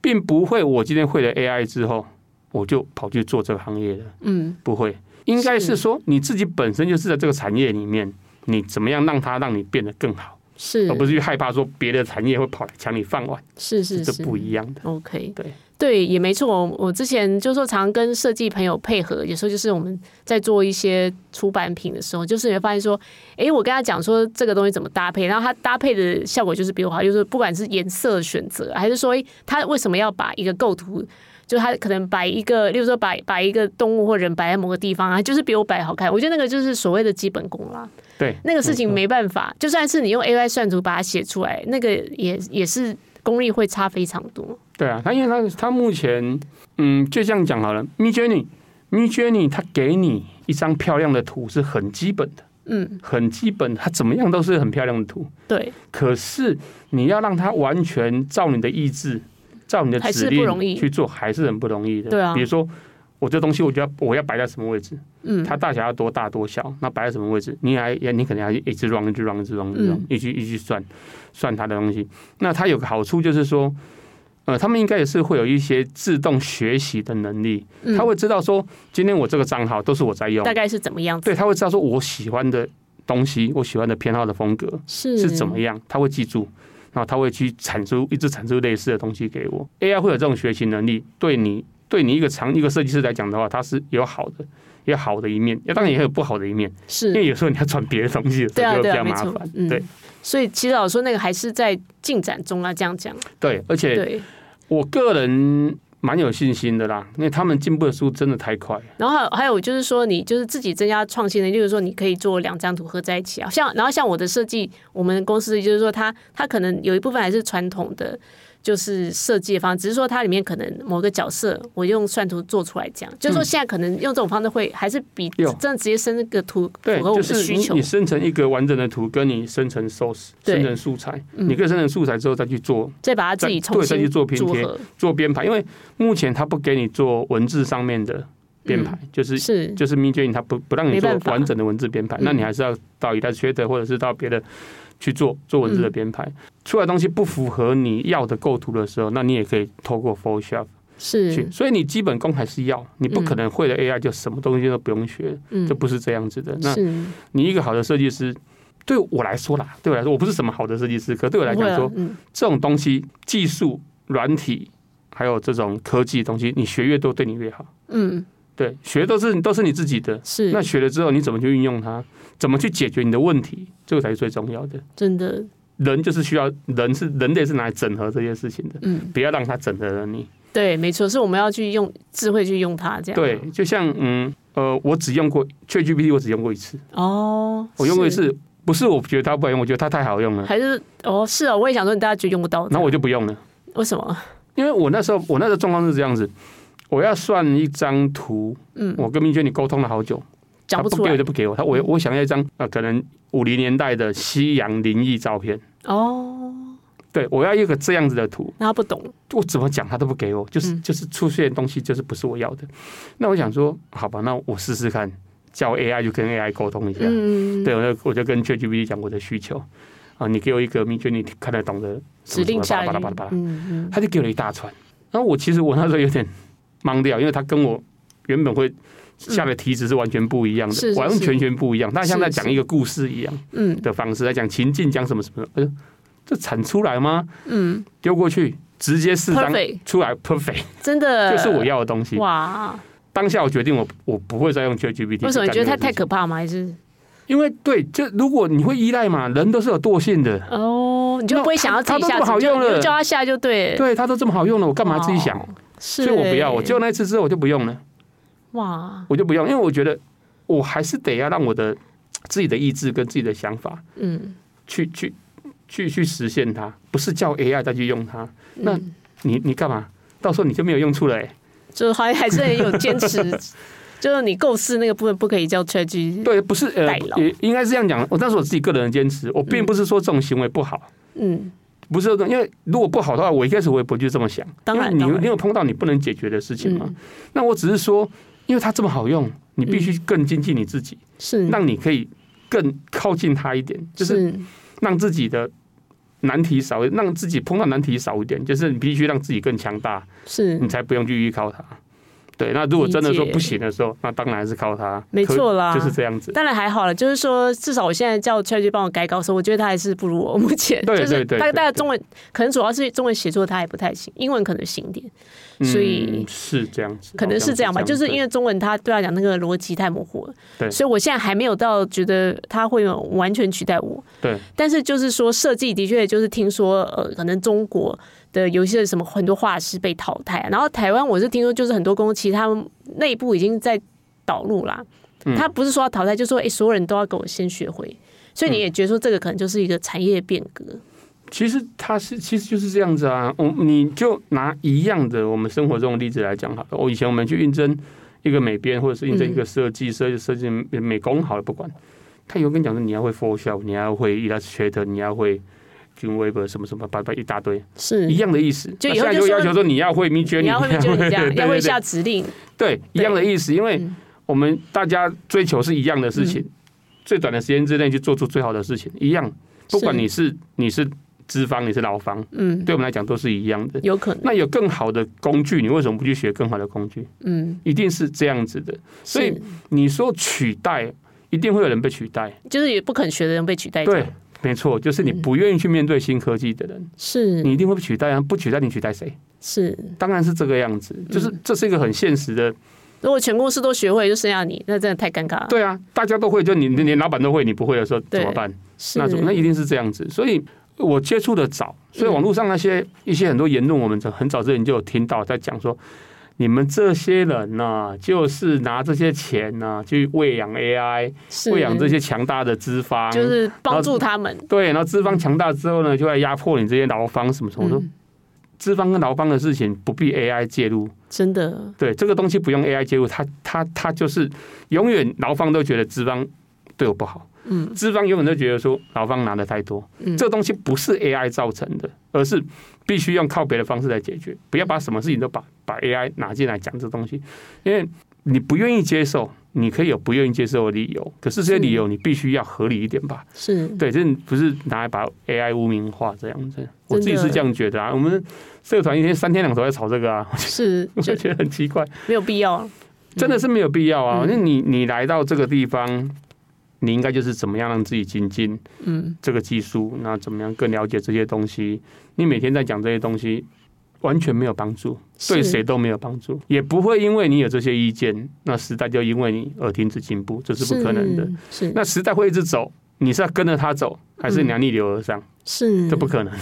B: 并不会我今天会了 AI 之后，我就跑去做这个行业了，
C: 嗯，
B: 不会。应该
C: 是
B: 是说你自己本身就是在这个产业里面，你怎么样让它让你变得更好，
C: 是
B: 而哦不是去害怕说别的产业会跑来抢你饭碗，
C: 是是
B: 这
C: 是
B: 不一样的。
C: OK，
B: 对
C: 对，也没错。我之前就说常跟设计朋友配合，有时候就是我们在做一些出版品的时候，就是你会发现说，诶，我跟他讲说这个东西怎么搭配，然后他搭配的效果就是比我好，就是不管是颜色的选择，还是说，诶，他为什么要把一个构图，就他可能摆一个，例如说摆摆一个动物或人摆在某个地方啊，就是比我摆好看。我觉得那个就是所谓的基本功啦。
B: 对，嗯
C: 那个事情
B: 错
C: 没办法，就算是你用 AI 算图把它写出来，那个也也是功力会差非常多。
B: 对啊，他因为他他目前，嗯，就这样讲好了。m i Journey m i Journey，他给你一张漂亮的图是很基本的，
C: 嗯，
B: 很基本，它怎么样都是很漂亮的图。
C: 对，
B: 可是你要让它完全照你的意志，照你的
C: 还
B: 指
C: 是不容
B: 令
C: 易
B: 去做，还是很不容易的。
C: 对啊
B: 比如说我这东西，我觉得我要摆在什么位置，
C: 嗯，
B: 它大小要多大多小，那摆在什么位置，你还也你可能还一直 run 一直 run 一直 run 一直 run
C: 嗯
B: 一直一直算算它的东西。那它有个好处就是说，呃，他们应该也是会有一些自动学习的能力，
C: 嗯
B: 他会知道说今天我这个账号都是我在用
C: 大，概是怎么样子？
B: 对，他会知道说我喜欢的东西，我喜欢的偏好的风格，
C: 是
B: 是怎么样，他会记住，然后他会去产出一直产出类似的东西给我。AI 会有这种学习能力，对你对你一个长一个设计师来讲的话，它是有好的，也有好的一面，当然也有不好的一面，因为
C: 是？
B: 有时候你要转别的东西的时
C: 对
B: 候
C: 啊
B: 就会比
C: 对啊
B: 较
C: 没
B: 麻
C: 错
B: 烦。
C: 嗯
B: 对
C: 所以其实老实说那个还是在进展中啊，这样讲。
B: 对，而且
C: 对，
B: 我个人蛮有信心的啦，因为他们进步的速度真的太快了。
C: 然后还有还有就是说，你就是自己增加创新的，例如说你可以做两张图合在一起啊，像然后像我的设计，我们公司就是说它它可能有一部分还是传统的。就是设计的方式，只是说它里面可能某个角色，我用算图做出来这样，就是说现在可能用这种方式会还是比
B: 嗯有
C: 真的直接生那个图
B: 对
C: 符合，我
B: 就
C: 们的
B: 是
C: 需
B: 你
C: 求
B: 你。生成一个完整的图，跟你生成 source
C: 对嗯
B: 生成素材，你可以生成素材之后再去做
C: 再把它自己
B: 再
C: 重
B: 对再去
C: 新
B: 做拼
C: 组
B: 贴
C: 合，
B: 做编排，因为目前他不给你做文字上面的编排，就是
C: 是
B: 就是 m i d j 他不不让你
C: 嗯没
B: 做
C: 办法
B: 完整的文字编排，
C: 嗯
B: 那你还是要到 Illustrator 或者是到别的去做做文字的编排。
C: 嗯
B: 出来的东西不符合你要的构图的时候，那你也可以透过 Photoshop 去，
C: 是
B: 所以你基本功还是要，你不可能会了 AI 就什么东西都不用学，
C: 嗯
B: 这不是这样子的。那
C: 是
B: 你一个好的设计师，对我来说啦，对我来说，我不是什么好的设计师，可对我来
C: 不会
B: 讲
C: 啊
B: 说，
C: 嗯，
B: 这种东西，技术、软体，还有这种科技的东西，你学越多，对你越好。
C: 嗯，
B: 对，学都是都是你自己的。
C: 是，
B: 那学了之后，你怎么去运用它？怎么去解决你的问题？这个才是最重要的。
C: 真的，
B: 人就是需要，人是人类是拿来整合这些事情的，
C: 嗯，
B: 不要让它整合了你。
C: 对，没错，是我们要去用智慧去用它，这样，
B: 对，，就像嗯呃，我只用过 ChatGPT，我只用过一次，
C: 哦，
B: 我用过一
C: 是，
B: 次，不是我觉得它不好用，我觉得它太好用了，
C: 还是哦是哦，我也想说你大家觉得用不到，
B: 然后我就不用了。
C: 为什么？
B: 因为我那时候我那时候状况是这样子，我要算一张图，
C: 嗯，
B: 我跟明娟你沟通了好久，
C: 讲
B: 他
C: 出
B: 给我
C: 来嗯
B: 就不给我，他我我想要一张啊、呃可能五零年代的西洋灵异照片，
C: 哦，
B: 对我要一个这样子的图，
C: 那他不懂，
B: 我怎么讲他都不给我，就是、
C: 嗯
B: 就是出现的东西就是不是我要的，那我想说好吧，那我试试看，叫 AI 就跟 AI 沟通一下，
C: 嗯，
B: 对，我就我就跟 ChatGPT 讲我的需求啊，你给我一个明确你看得懂的
C: 指令下
B: 巴
C: 去
B: 拉巴拉巴拉，，
C: 嗯嗯，
B: 他就给了一大串。然后我其实我那时候有点懵掉，因为他跟我原本会下的题旨是完全不一样的，
C: 是是
B: 完完
C: 是
B: 全全不一样。他像在
C: 是
B: 讲一个故事一样
C: 嗯
B: 的方式，在讲情境，讲什么什么的。哎呦，这产出来吗？
C: 嗯，
B: 丢过去，直接四张
C: Perfect
B: 出来，perfect，
C: 真的
B: 就是我要的东西。
C: 哇！
B: 当下我决定我，我不会再用 ChatGPT。
C: 为什么你觉得它太可？怕吗？还是
B: 因为对，就如果你会依赖嘛，人都是有惰性的。
C: 哦，你就
B: 那
C: 不会想要自
B: 它
C: 己
B: 它都这
C: 下
B: 么好
C: 次就
B: 用了
C: 你就叫他下就对了，
B: 对，他都这么好用了，我干嘛自己想？
C: 哦？是
B: 所以我不要，
C: 欸
B: 我就那一次之后我就不用了。
C: 哇，
B: 我就不用，因为我觉得我还是得要让我的自己的意志跟自己的想法
C: 嗯，
B: 去去去去实现它，不是叫 AI 再去用它。那
C: 嗯
B: 你你干嘛？到时候你就没有用处了、欸。
C: 就是还还是很有坚持， 就是你构思那个部分不可以叫 ChatG，
B: 对，不是呃
C: 代，劳
B: 也应该是这样讲。我但是我自己个人的坚持，我并
C: 嗯
B: 不是说这种行为不好，
C: 嗯，
B: 不是说因为如果不好的话，我一开始我也不会去这么想。
C: 当然
B: 因为你
C: 当
B: 有
C: 然
B: 你有碰到你不能解决的事情吗？
C: 嗯
B: 那我只是说，因为它这么好用，你必须更精进你自己，
C: 是，
B: 让你可以更靠近它一点，就是
C: 嗯是
B: 让自己的难题少，让自己碰到难题少一点，就是你必须让自己更强大，
C: 是
B: 你才不用去依靠它。对，那如果真的说
C: 嗯理解
B: 不行的时候，那当然还是靠它，
C: 没错啦
B: 可就是这样子。
C: 当然还好了，就是说，至少我现在叫 ChatG 帮我改稿的时候，我觉得他还是不如我。目前
B: 对
C: 就是
B: 对对
C: 大
B: 对
C: 大家
B: 对
C: 中文可能主要是中文写作他还不太行，英文可能行点，所以
B: 嗯、是这样子，
C: 可能是这样吧。
B: 好
C: 就
B: 像
C: 是因
B: 对
C: 为中文他对他讲那个逻辑太模糊了，
B: 对
C: 所以我现在还没有到觉得他会有完全取代我。
B: 对
C: 但是就是说，设计的确就是听说，呃，可能中国的有一些什么很多画师被淘汰，啊然后台湾我是听说，就是很多公司其实他们内部已经在导入啦，
B: 嗯
C: 他不是说要淘汰，就是说哎、诶所有人都要给我先学会，所以你也觉得说这个可能就是一个产业变革，
B: 其实它是其实就是这样子啊。我你就拿一样的我们生活中的例子来讲好了。哦我以前我们去应征一个美编，或者是应
C: 嗯
B: 征一个设计设计设计美工好了，不管他有跟你讲说你要会 Photoshop，你要会 Illustrator，你要会 Dreamweaver 什么什么，叭叭一大堆，
C: 是
B: 一样的意思。
C: 嗯就
B: 那
C: 以
B: 现
C: 后
B: 在
C: 就
B: 就
C: 说
B: 要求说你要会 m i d j o u r
C: 你要会不会觉得你这样，要会 下
B: 对
C: 指令，
B: 对一样的意思，因为
C: 嗯
B: 我们大家追求是一样的事情，最短的时间之内去做出最好的事情，一样。不管
C: 是
B: 你是你是资方，你是劳方。
C: 嗯，
B: 对我们来讲都是一样的。
C: 有可能，
B: 那有更好的工具，你为什么不去学更好的工具？
C: 嗯，
B: 一定是这样子的。所以
C: 是
B: 你说取代，一定会有人被取代。
C: 就是也不肯学的人被取代掉，
B: 对，没错，就是你不愿意去面对新科技的人，
C: 是
B: 你一定会被取代啊！不取代你取代谁？
C: 是，
B: 当然是这个样子，就是这是一个很现实的。
C: 如果全公司都学会，就剩下你，那真的太尴尬了，
B: 对啊，大家都会，就你你连老板都会，你不会的时候
C: 对
B: 怎么办？
C: 是
B: 那种那一定是这样子。所以我接触的早，所
C: 嗯
B: 以网络上那些一些很多言论，我们很早之前就有听到在讲说，你们这些人呢、就是拿这些钱呢、去喂养 AI，
C: 是
B: 喂养这些强大的资方，
C: 就是帮助他们。
B: 对，然后资方强大之后呢，就来压迫你这些劳方什么什么。我说
C: 嗯
B: 资方跟劳方的事情不必 AI 介入，
C: 真的，
B: 对这个东西不用 AI 介入，它它它就是永远劳方都觉得资方对我不好，
C: 嗯
B: 资方永远都觉得说劳方拿的太多，
C: 嗯，
B: 这个东西不是 AI 造成的，而是必须用靠别的方式来解决。不要把什么事情都把把 AI 拿进来讲这东西，因为你不愿意接受，你可以有不愿意接受的理由，可是这些理由你必须要合理一点吧？
C: 是
B: 对，这不是拿来把 AI 污名化这样子。我
C: 真的
B: 自己是这样觉得啊。我们社团一天三天两头在吵这个啊，
C: 是
B: 我
C: 就
B: 就觉得很奇怪，
C: 没有必 要。啊
B: 真的是没有必要啊。
C: 嗯
B: 那你你来到这个地方。你应该就是怎么样让自己精进，
C: 嗯，
B: 这个技术，那怎么样更了解这些东西？你每天在讲这些东西，完全没有帮助，
C: 是
B: 对谁都没有帮助，也不会因为你有这些意见，那时代就因为你而停止进步，这是不可能的。，
C: 是
B: 那时代会一直走，你是要跟着它走，还
C: 嗯
B: 是你要逆流而上？
C: 是
B: 这不可能。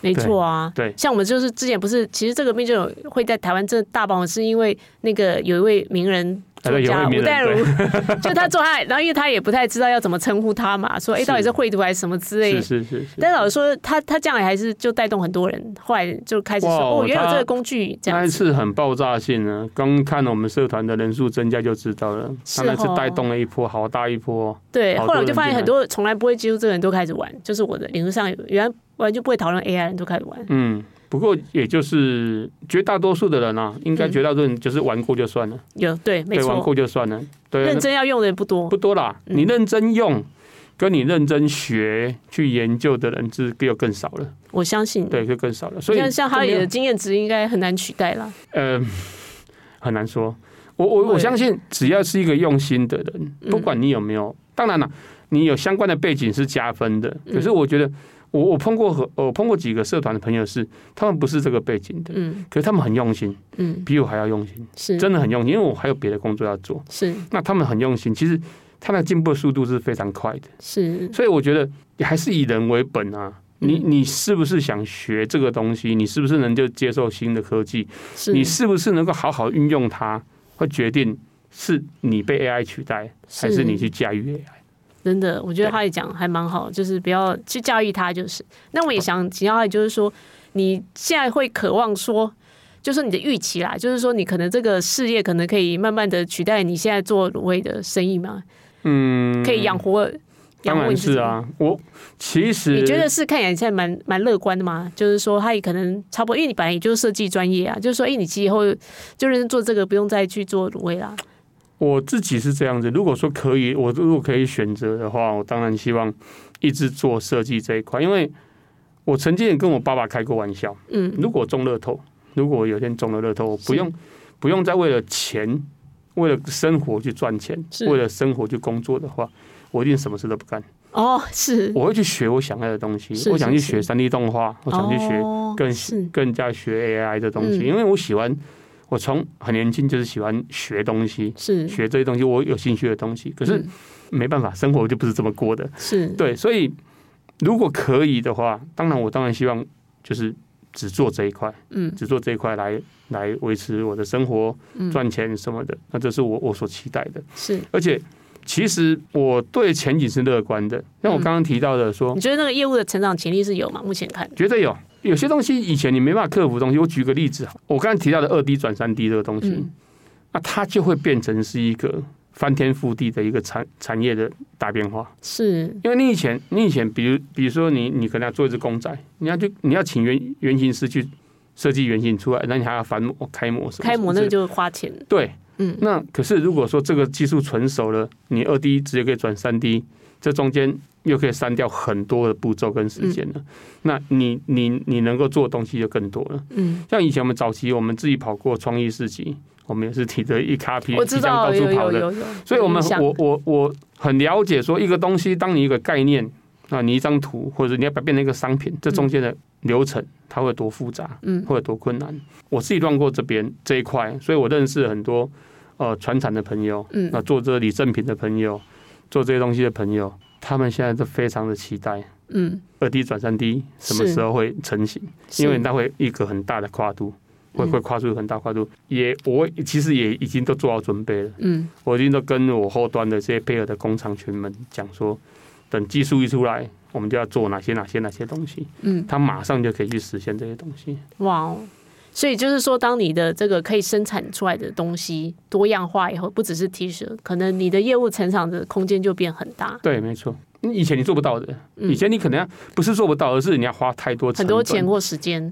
C: 没错啊。
B: 对对
C: 像我们就是之前不是，其实这个病就有会在台湾真的大爆红，是因为那个有一位名人作
B: 也
C: 家
B: 会名
C: 吴淡
B: 人
C: 如， 就他做他，然后因为他也不太知道要怎么称呼他嘛，说哎、
B: 是
C: 到底是绘图还是什么之类
B: 是
C: 的。
B: 是是是。
C: 但老实说，他他将来还是就带动很多人，后来就开始说，
B: 哇
C: 哦，原来有
B: 他
C: 这个工具这
B: 那
C: 样
B: 一
C: 子。
B: 次很爆炸性呢，刚看了我们社团的人数增加就知道了。
C: 是
B: 他那次
C: 哦
B: 带动了一波，好大一波哦。
C: 对，
B: 好
C: 后
B: 多
C: 来我就
B: 人
C: 发现
B: 进
C: 很
B: 来
C: 多从来不会接触这个人都开始玩，就是我的领域上有原来完全不会讨论 AI 的人都开始玩。
B: 嗯，不过也就是绝大多数的人啊，应该
C: 嗯
B: 绝大多数人就是玩过就算了，
C: 有对，嗯没
B: 对，玩
C: 错，
B: 过就算了，对，啊
C: 认真要用的不多
B: 不。多啦。
C: 嗯
B: 你认真用，跟你认真学去研究的人是又更少了，
C: 我相信，
B: 对，就更少了。所以
C: 嗯像像哈
B: 就没
C: 里
B: 有
C: 的经验值应该很难取代啦。
B: 呃， 很难说。我我我
C: 对嗯
B: 相信，只要是一个用心的人，不管你有没有，当然了，你有相关的背景是加分的。
C: 嗯
B: 可是我觉得，我我碰过和我碰过几个社团的朋友是，他们不是这个背景的，
C: 嗯
B: 可是他们很用心，
C: 嗯，
B: 比我还要用心，
C: 是
B: 真的很用心，因为我还有别的工作要做。
C: 是
B: 那他们很用心，其实他的进步速度是非常快的。
C: 是，
B: 所以我觉得还是以人为本啊。你
C: 嗯
B: 你是不是想学这个东西？你是不是能就接受新的科技？
C: 是
B: 你是不是能够好好运用它，会决定是你被 AI 取代，还是你去驾驭 AI。
C: 真的，我觉得
B: 对
C: 哈利讲还蛮好，就是不要去教育他，就是。那我也想请教哈利，就是说你现在会渴望说，就是你的预期啦，就是说你可能这个事业可能可以慢慢的取代你现在做卤味的生意吗？
B: 嗯，
C: 可以养活，
B: 当
C: 养活你
B: 然
C: 自己
B: 是
C: 吗。
B: 啊。我其实
C: 你觉得是看起来现在蛮蛮乐观的吗？就是说，他也可能差不多，因为你本来也就是设计专业啊，就是说，哎、你其实以后就认真做这个，不用再去做卤味啦。
B: 我自己是这样子。如果说可以，我如果可以选择的话，我当然希望一直做设计这一块，因为我曾经也跟我爸爸开过玩笑，
C: 嗯，
B: 如果中乐透，如果我有一天中了乐透，我
C: 是
B: 不用不用再为了钱。为了生活去赚钱，
C: 是
B: 为了生活去工作的话，我一定什么事都不干。
C: 哦，是，
B: 我会去学我想要的东西，
C: 是
B: 我想去
C: 是
B: 学
C: 是
B: 三 D 动画，我想去学
C: 哦
B: 更、
C: 是
B: 更加学 AI 的东西，
C: 嗯
B: 因为我喜欢，我从很年轻就是喜欢学东西，
C: 是
B: 学这些东西我有兴趣的东西。可是
C: 嗯
B: 没办法，生活就不是这么过的。
C: 是，
B: 对，所以如果可以的话，当然我当然希望就是只做这一块，
C: 嗯
B: 只做这一块来来维持我的生活、
C: 嗯，
B: 赚钱什么的，那这是我我所期待的。
C: 是。
B: 而且其实我对前景是乐观的，像
C: 嗯
B: 我刚刚提到的说。
C: 你觉得那个业务的成长潜力是有吗？目前看，
B: 绝对有。有些东西以前你没办法克服的东西，我举个例子，啊我刚才提到的二 D 转三 D 这个东西，
C: 嗯
B: 那它就会变成是一个翻天覆地的一个产产业的大变化。
C: 是
B: 因为你以前，你以前，比如比如说你你可能要做一只公仔，你要去你要请原原型师去设计原型出来，那你还要翻模、开模什么
C: 开模
B: 什么之
C: 那个
B: 类的
C: 就花钱，
B: 对。
C: 嗯，
B: 那可是如果说这个技术纯熟了，你二 D 直接可以转三 D，这中间又可以删掉很多的步骤跟时间了。那你你你能够做的东西就更多了。
C: 嗯，
B: 像以前我们早期我们自己跑过创意市集，我们也是提着一卡皮
C: 我
B: 即
C: 知
B: 将到
C: 道
B: 处
C: 有
B: 跑
C: 有
B: 的。
C: 有有，
B: 所以我们
C: 有印象
B: 我我我很了解说一个东西，当你一个概念啊，你一张图或者你要把它变成一个商品，这中间的流程它会多复杂。
C: 嗯
B: 会有多困难。我自己乱过这边这一块，所以我认识很多呃船产的朋友，
C: 嗯
B: 那做这理正品的朋友，做这些东西的朋友，他们现在都非常的期待
C: 嗯，
B: 二 D 转三 D 什么
C: 是
B: 时候会成型，因为
C: 是
B: 那会一个很大的跨度。会
C: 嗯
B: 会跨出很大跨度，也我其实也已经都做好准备了，
C: 嗯
B: 我已经都跟我后端的这些配合的工厂群们讲说，等技术一出来，我们就要做哪些哪些哪些东西，
C: 嗯，
B: 他马上就可以去实现这些东西。
C: 哇哦。所以就是说，当你的这个可以生产出来的东西多样化以后，不只是 T 恤，可能你的业务成长的空间就变很大，
B: 对，没错。你以前你做不到的，
C: 嗯
B: 以前你可能要不是做不到，而是你要花太多成
C: 很多
B: 本
C: 钱或时间。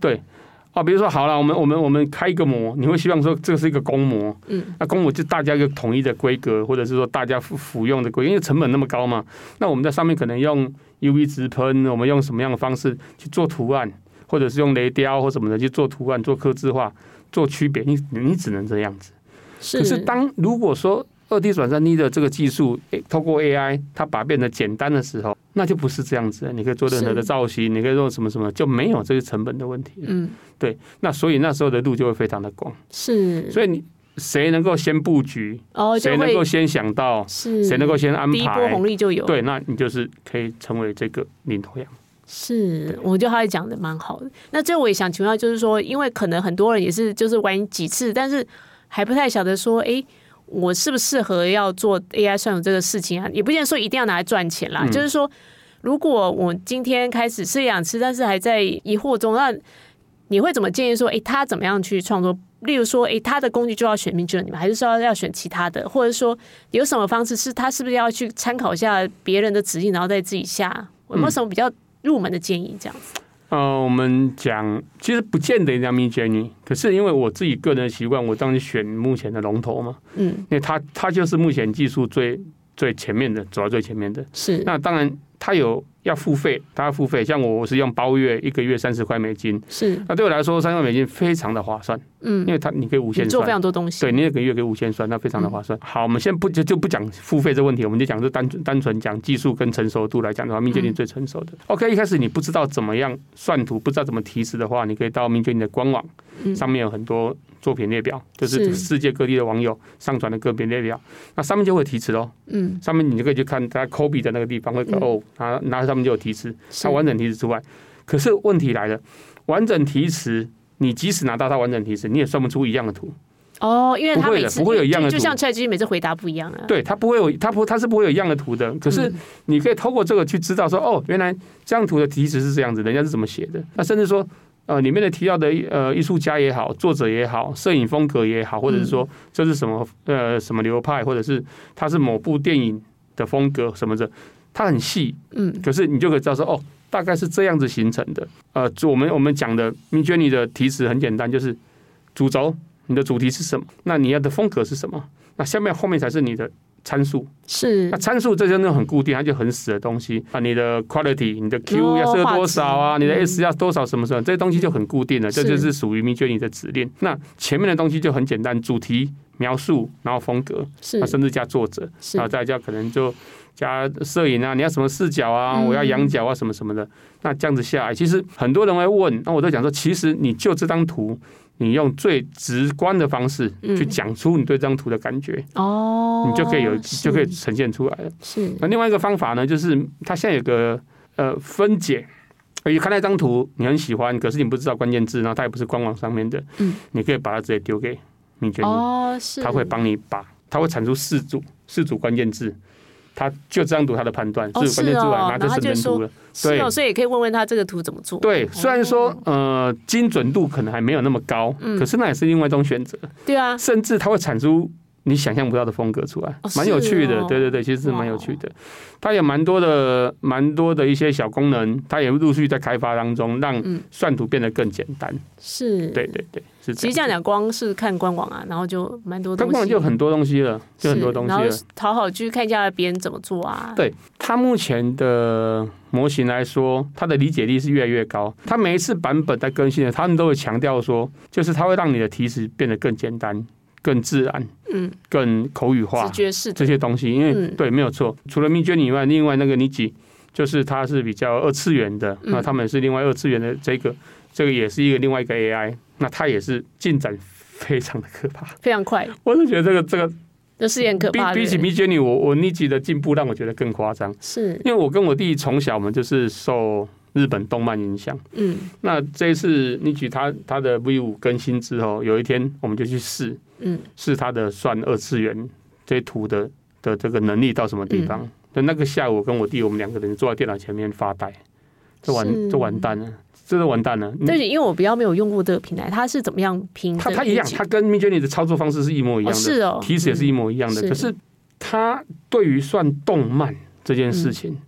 B: 啊。比如说，好了，我们我们我们开一个模，你会希望说这个是一个公模，
C: 嗯，
B: 那公模就大家一个统一的规格，或者是说大家服服用的规格，因为成本那么高嘛。那我们在上面可能用 UV 直喷，我们用什么样的方式去做图案，或者是用雷雕或什么的去做图案、做刻字化、做区别，你你只能这样子。
C: 是，
B: 可是当如果说二 D 转三 D 的这个技术，诶，透过 AI 它把它变得简单的时候，那就不是这样子了。你可以做任何的
C: 是
B: 造型，你可以做什么什么，就没有这个成本的问题了。
C: 嗯，
B: 那所以那时候的路就会非常的广。
C: 是，
B: 所以你谁能够先布局，
C: 哦，就
B: 谁能
C: 会
B: 够先想到，
C: 是
B: 谁能够先安
C: 第一波
B: 排
C: 红，利就有，
B: 对，那你就是可以成为这个领头羊。
C: 是，我觉得他也讲的蛮好的。那这我也想请问，就是说，因为可能很多人也是就是玩几次，但是还不太晓得说，诶，我适不适合要做 AI 算图这个事情啊，也不见得说一定要拿来赚钱啦，就是说，如果我今天开始吃两次，但是还在疑惑中，那你会怎么建议说，诶，他怎么样去创作？例如说，诶，他的工具就要选 Midjourney 吗？还是说要选其他的？或者说有什么方式是他是不是要去参考一下别人的指引，然后再自己下？有没有什么比较入门的建议？这样子，
B: 呃，我们讲其实不见得一定要 m i d Journey，可是因为我自己个人的习惯，我当然选目前的龙头嘛，
C: 嗯，
B: 因为它它就是目前技术最最前面的，走到最前面的。
C: 是
B: 那当然它有要付费，它要付费，像我我是用包月，一个月三十块美金，
C: 是，
B: 那对我来说三十块美金非常的划算，
C: 嗯
B: 因，为它你可以无
C: 你
B: 限
C: 做非
B: 算。
C: 常多嗯东西，
B: 对，你一个月可以无限算，那非常的划算。好，我们先不就就不讲付费这问题，我们就讲这单纯单纯讲技术跟成熟度来讲的话，命鉴
C: 嗯
B: 定最成熟的。OK，一开始你不知道怎么样算图，不知道怎么提示的话，你可以到命鉴定的官网，
C: 嗯
B: 上面有很多作品列表，就是是世界各地的网友上传的个别列表，那上面就会有提示哦。
C: 嗯，
B: 上面你就可以去看它 Kobe 的那个地方会
C: 嗯
B: 哦，拿拿上面就有提示，
C: 是
B: 它完整提示之外，可是问题来了，完整提示。你即使拿到它完整提示，你也算不出一样的图。
C: 哦，因为他
B: 不会
C: 每
B: 的
C: 次
B: 不会有一样的
C: 就就
B: 图
C: 像 ChatGPT 每次回答不一样啊。
B: 对，它不会有，它不，它是不会有一样的图的。可是
C: 嗯
B: 你可以透过这个去知道说，哦，原来这张图的题词是这样子，人家是怎么写的。那甚至说，呃，里面的提到的呃艺术家也好，作者也好，摄影风格也好，或者是
C: 嗯
B: 说这是什么呃什么流派，或者是它是某部电影的风格什么的，它很细，
C: 嗯，
B: 可是你就可以知道说，哦，大概是这样子形成的。呃，就我们我们讲的 m i j o u r n e y 的题词很简单，就是主轴，你的主题是什么？那你要的风格是什么？那下面后面才是你的参数。
C: 是
B: 那参数这些都很固定，它就很死的东西啊。你的 quality，你的 Q
C: 哦
B: 要设多少啊？
C: 画质
B: 你的 S 要多少什么什么？这些东西就很固定了，这
C: 是
B: 就是属于 m i j o u r n e y 的指令。那前面的东西就很简单，主题。描述，然后风格，
C: 是
B: 那甚至加作者，
C: 是
B: 然后再加可能就加摄影啊，你要什么视角啊，
C: 嗯
B: 我要仰角啊，什么什么的。那这样子下来，其实很多人会问，那我都讲说，其实你就这张图，你用最直观的方式
C: 嗯
B: 去讲出你对这张图的感觉，
C: 哦，
B: 你就可以有
C: 是
B: 就可以呈现出来了。
C: 是
B: 那另外一个方法呢，就是它现在有个呃分解。你看那张图，你很喜欢，可是你不知道关键字，然后它也不是官网上面的，
C: 嗯
B: 你可以把它直接丢给米娟妮，
C: 哦是，
B: 他会帮你把，他会产出四组四组关键字，他就这样读他的判断，
C: 哦
B: 四组关键字
C: 是哦
B: 完拿
C: 然
B: 这
C: 后
B: 生
C: 他就
B: 成图了。
C: 是哦，
B: 对
C: 所以也可以问问他这个图怎么做。
B: 对，虽然说
C: 哦
B: 呃精准度可能还没有那么高，
C: 嗯
B: 可是那也是另外一种选择，
C: 对啊，
B: 甚至它会产出你想象不到的风格出来
C: 哦，
B: 蛮有趣
C: 是
B: 的
C: 哦。
B: 对对对，其实是蛮有趣的。它有蛮多的蛮多的一些小功能，它也陆续在开发当中，让
C: 嗯
B: 算图变得更简单。
C: 是
B: 对。对对，是
C: 其
B: 这
C: 实这
B: 样
C: 样
B: 子。
C: 讲，光是看官网啊，然后就蛮多
B: 它
C: 东西，
B: 根本就很多东西了，就很多
C: 是
B: 东西
C: 然后
B: 了。
C: 讨好去看一下别人怎么做啊。
B: 对它目前的模型来说，它的理解力是越来越高。它每一次版本在更新的，他们都会强调说，就是它会让你的提示变得更简单、更自然、
C: 嗯，
B: 更口语化
C: 直觉式
B: 这
C: 的，
B: 些东西。因为、
C: 嗯
B: 对，没有错。除了密卷以外，另外那个你几就是它是比较二次元的，
C: 嗯
B: 那他们是另外二次元的这个，这个也是一个另外一个 AI，那它也是进展非常的可怕。
C: 非常快，
B: 我是觉得这个这个
C: 这是也很可
B: 比
C: 怕的。
B: 比起密卷你，我我 n i 的进步让我觉得更夸张。
C: 是，
B: 因为我跟我弟从小我们就是受日本动漫影响。
C: 嗯
B: 那这一次你举他他的 V 五更新之后，有一天我们就去试
C: 嗯，
B: 试他的算二次元这些图的的这个能力到什么地
C: 嗯
B: 方。那、那个下午，我跟我弟我们两个人坐在电脑前面发呆，这
C: 是
B: 完这完蛋了，真的完蛋了。嗯
C: 但是因为我比较没有用过这个平台，它是怎么样拼？
B: 他他一样，他跟 m i j o u r n e y 的操作方式是一模一样
C: 哦
B: 的，
C: 是哦，
B: 其实也是一
C: 嗯
B: 模一样的。
C: 是
B: 可是他对于算动漫这件事
C: 嗯
B: 情，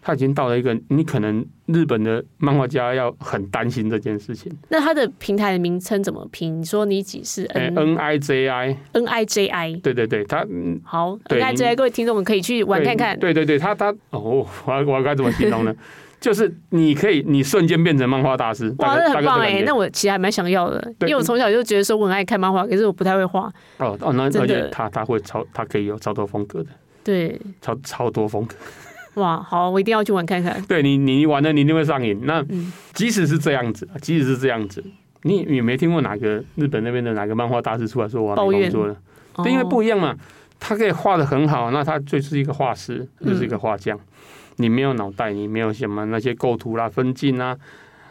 B: 他已经到了一个你可能日本的漫画家要很担心这件事情。
C: 那它的平台的名称怎么拼？你说你几是
B: 哎
C: N
B: ，N I J I，
C: N I J I？
B: 对对对，他嗯
C: 好，N
B: 对
C: I J I，各位听众们可以去玩
B: 对
C: 看看。
B: 对对对，他他哦，我要我要该怎么形 容呢？就是你可以，你瞬间变成漫画大师，
C: 哇，
B: 大概
C: 那
B: 大
C: 很
B: 概这
C: 棒
B: 个感
C: 哎、
B: 觉
C: 那我其实还蛮想要的，因
B: 对嗯
C: 为我从小就觉得说我很爱看漫画，可是我不太会画。
B: 哦哦，那
C: 真
B: 而
C: 的
B: 且他他会超，他可以有超多风格的，
C: 对，
B: 超超多风格。
C: 哇，好，我一定要去玩看看。
B: 对你，你玩了，你一定会上瘾。那
C: 嗯
B: 即使是这样子，即使是这样子，你也没听过哪个日本那边的哪个漫画大师出来说我要
C: 抱
B: 没
C: 怨
B: 工作了，
C: 哦
B: 对，因为不一样嘛。他可以画的很好，那他就是一个画师，就是一个画
C: 嗯
B: 匠。你没有脑袋，你没有什么那些构图啦、分镜啊、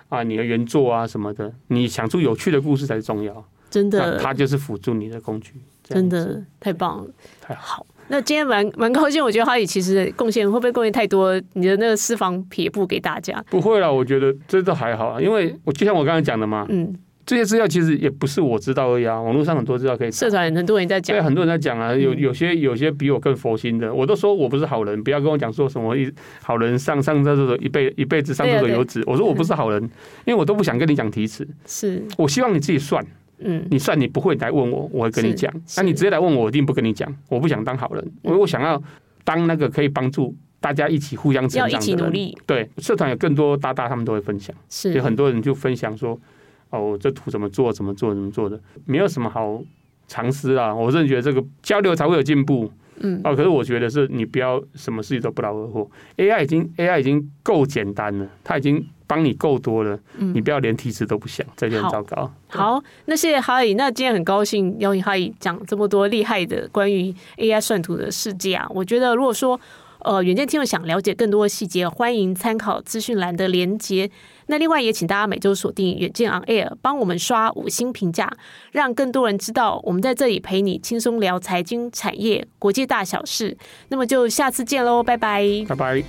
B: 啊你的原作啊什么的，你想出有趣的故事才是重要。
C: 真
B: 那
C: 的，
B: 它就是辅助你的工具。这样
C: 真
B: 子
C: 的太棒了，
B: 太好
C: 好。那今天蛮蛮高兴，我觉得哈里其实贡献会不会贡献太多？你的那个私房撇步给大家，
B: 不会啦，我觉得这都还好啊，因为我就像我刚才讲的嘛，
C: 嗯，
B: 这些资料其实也不是我知道而已啊，网络上很多资料可以查
C: 社。团很多人在讲
B: 对，，很多人在讲啊，有
C: 嗯
B: 有些有些比我更佛心的，我都说我不是好人，不要跟我讲说什么一好人上上厕所一辈一辈子上厕所
C: 对啊对
B: 有纸，我说我不是好 人，因为我都不想跟你讲题词，
C: 是，
B: 我希望你自己算，
C: 嗯，
B: 你算你不会来问我，我会跟你
C: 是
B: 讲，
C: 是
B: 那、
C: 嗯
B: 你直接来问我，我一定不跟你讲，我不想当好人，因为我想要当那个可以帮助大家一起互相成
C: 要
B: 长的
C: 一起努
B: 人。
C: 力，
B: 对，社团有更多大大他们都会分享。
C: 是
B: 有很多人就分享说，哦，这图怎么做，怎么做，怎么做的，没有什么好尝试啊。我真的觉得这个交流才会有进步。
C: 嗯，
B: 哦，可是我觉得是你不要什么事情都不劳而获。AI 已经 AI 已经够简单了，它已经帮你够多了，
C: 嗯
B: 你不要连提示都不想，这就很
C: 好
B: 糟糕。
C: 好，那谢谢哈里。那今天很高兴邀请哈里讲这么多厉害的关于 AI 算图的世界啊！我觉得如果说呃远见听众想了解更多的细节，欢迎参考资讯栏的连接。那另外也请大家每周锁定远见 On Air，帮我们刷五星评价，让更多人知道我们在这里陪你轻松聊财经、产业、国际大小事。那么就下次见喽，拜拜。
B: 拜拜。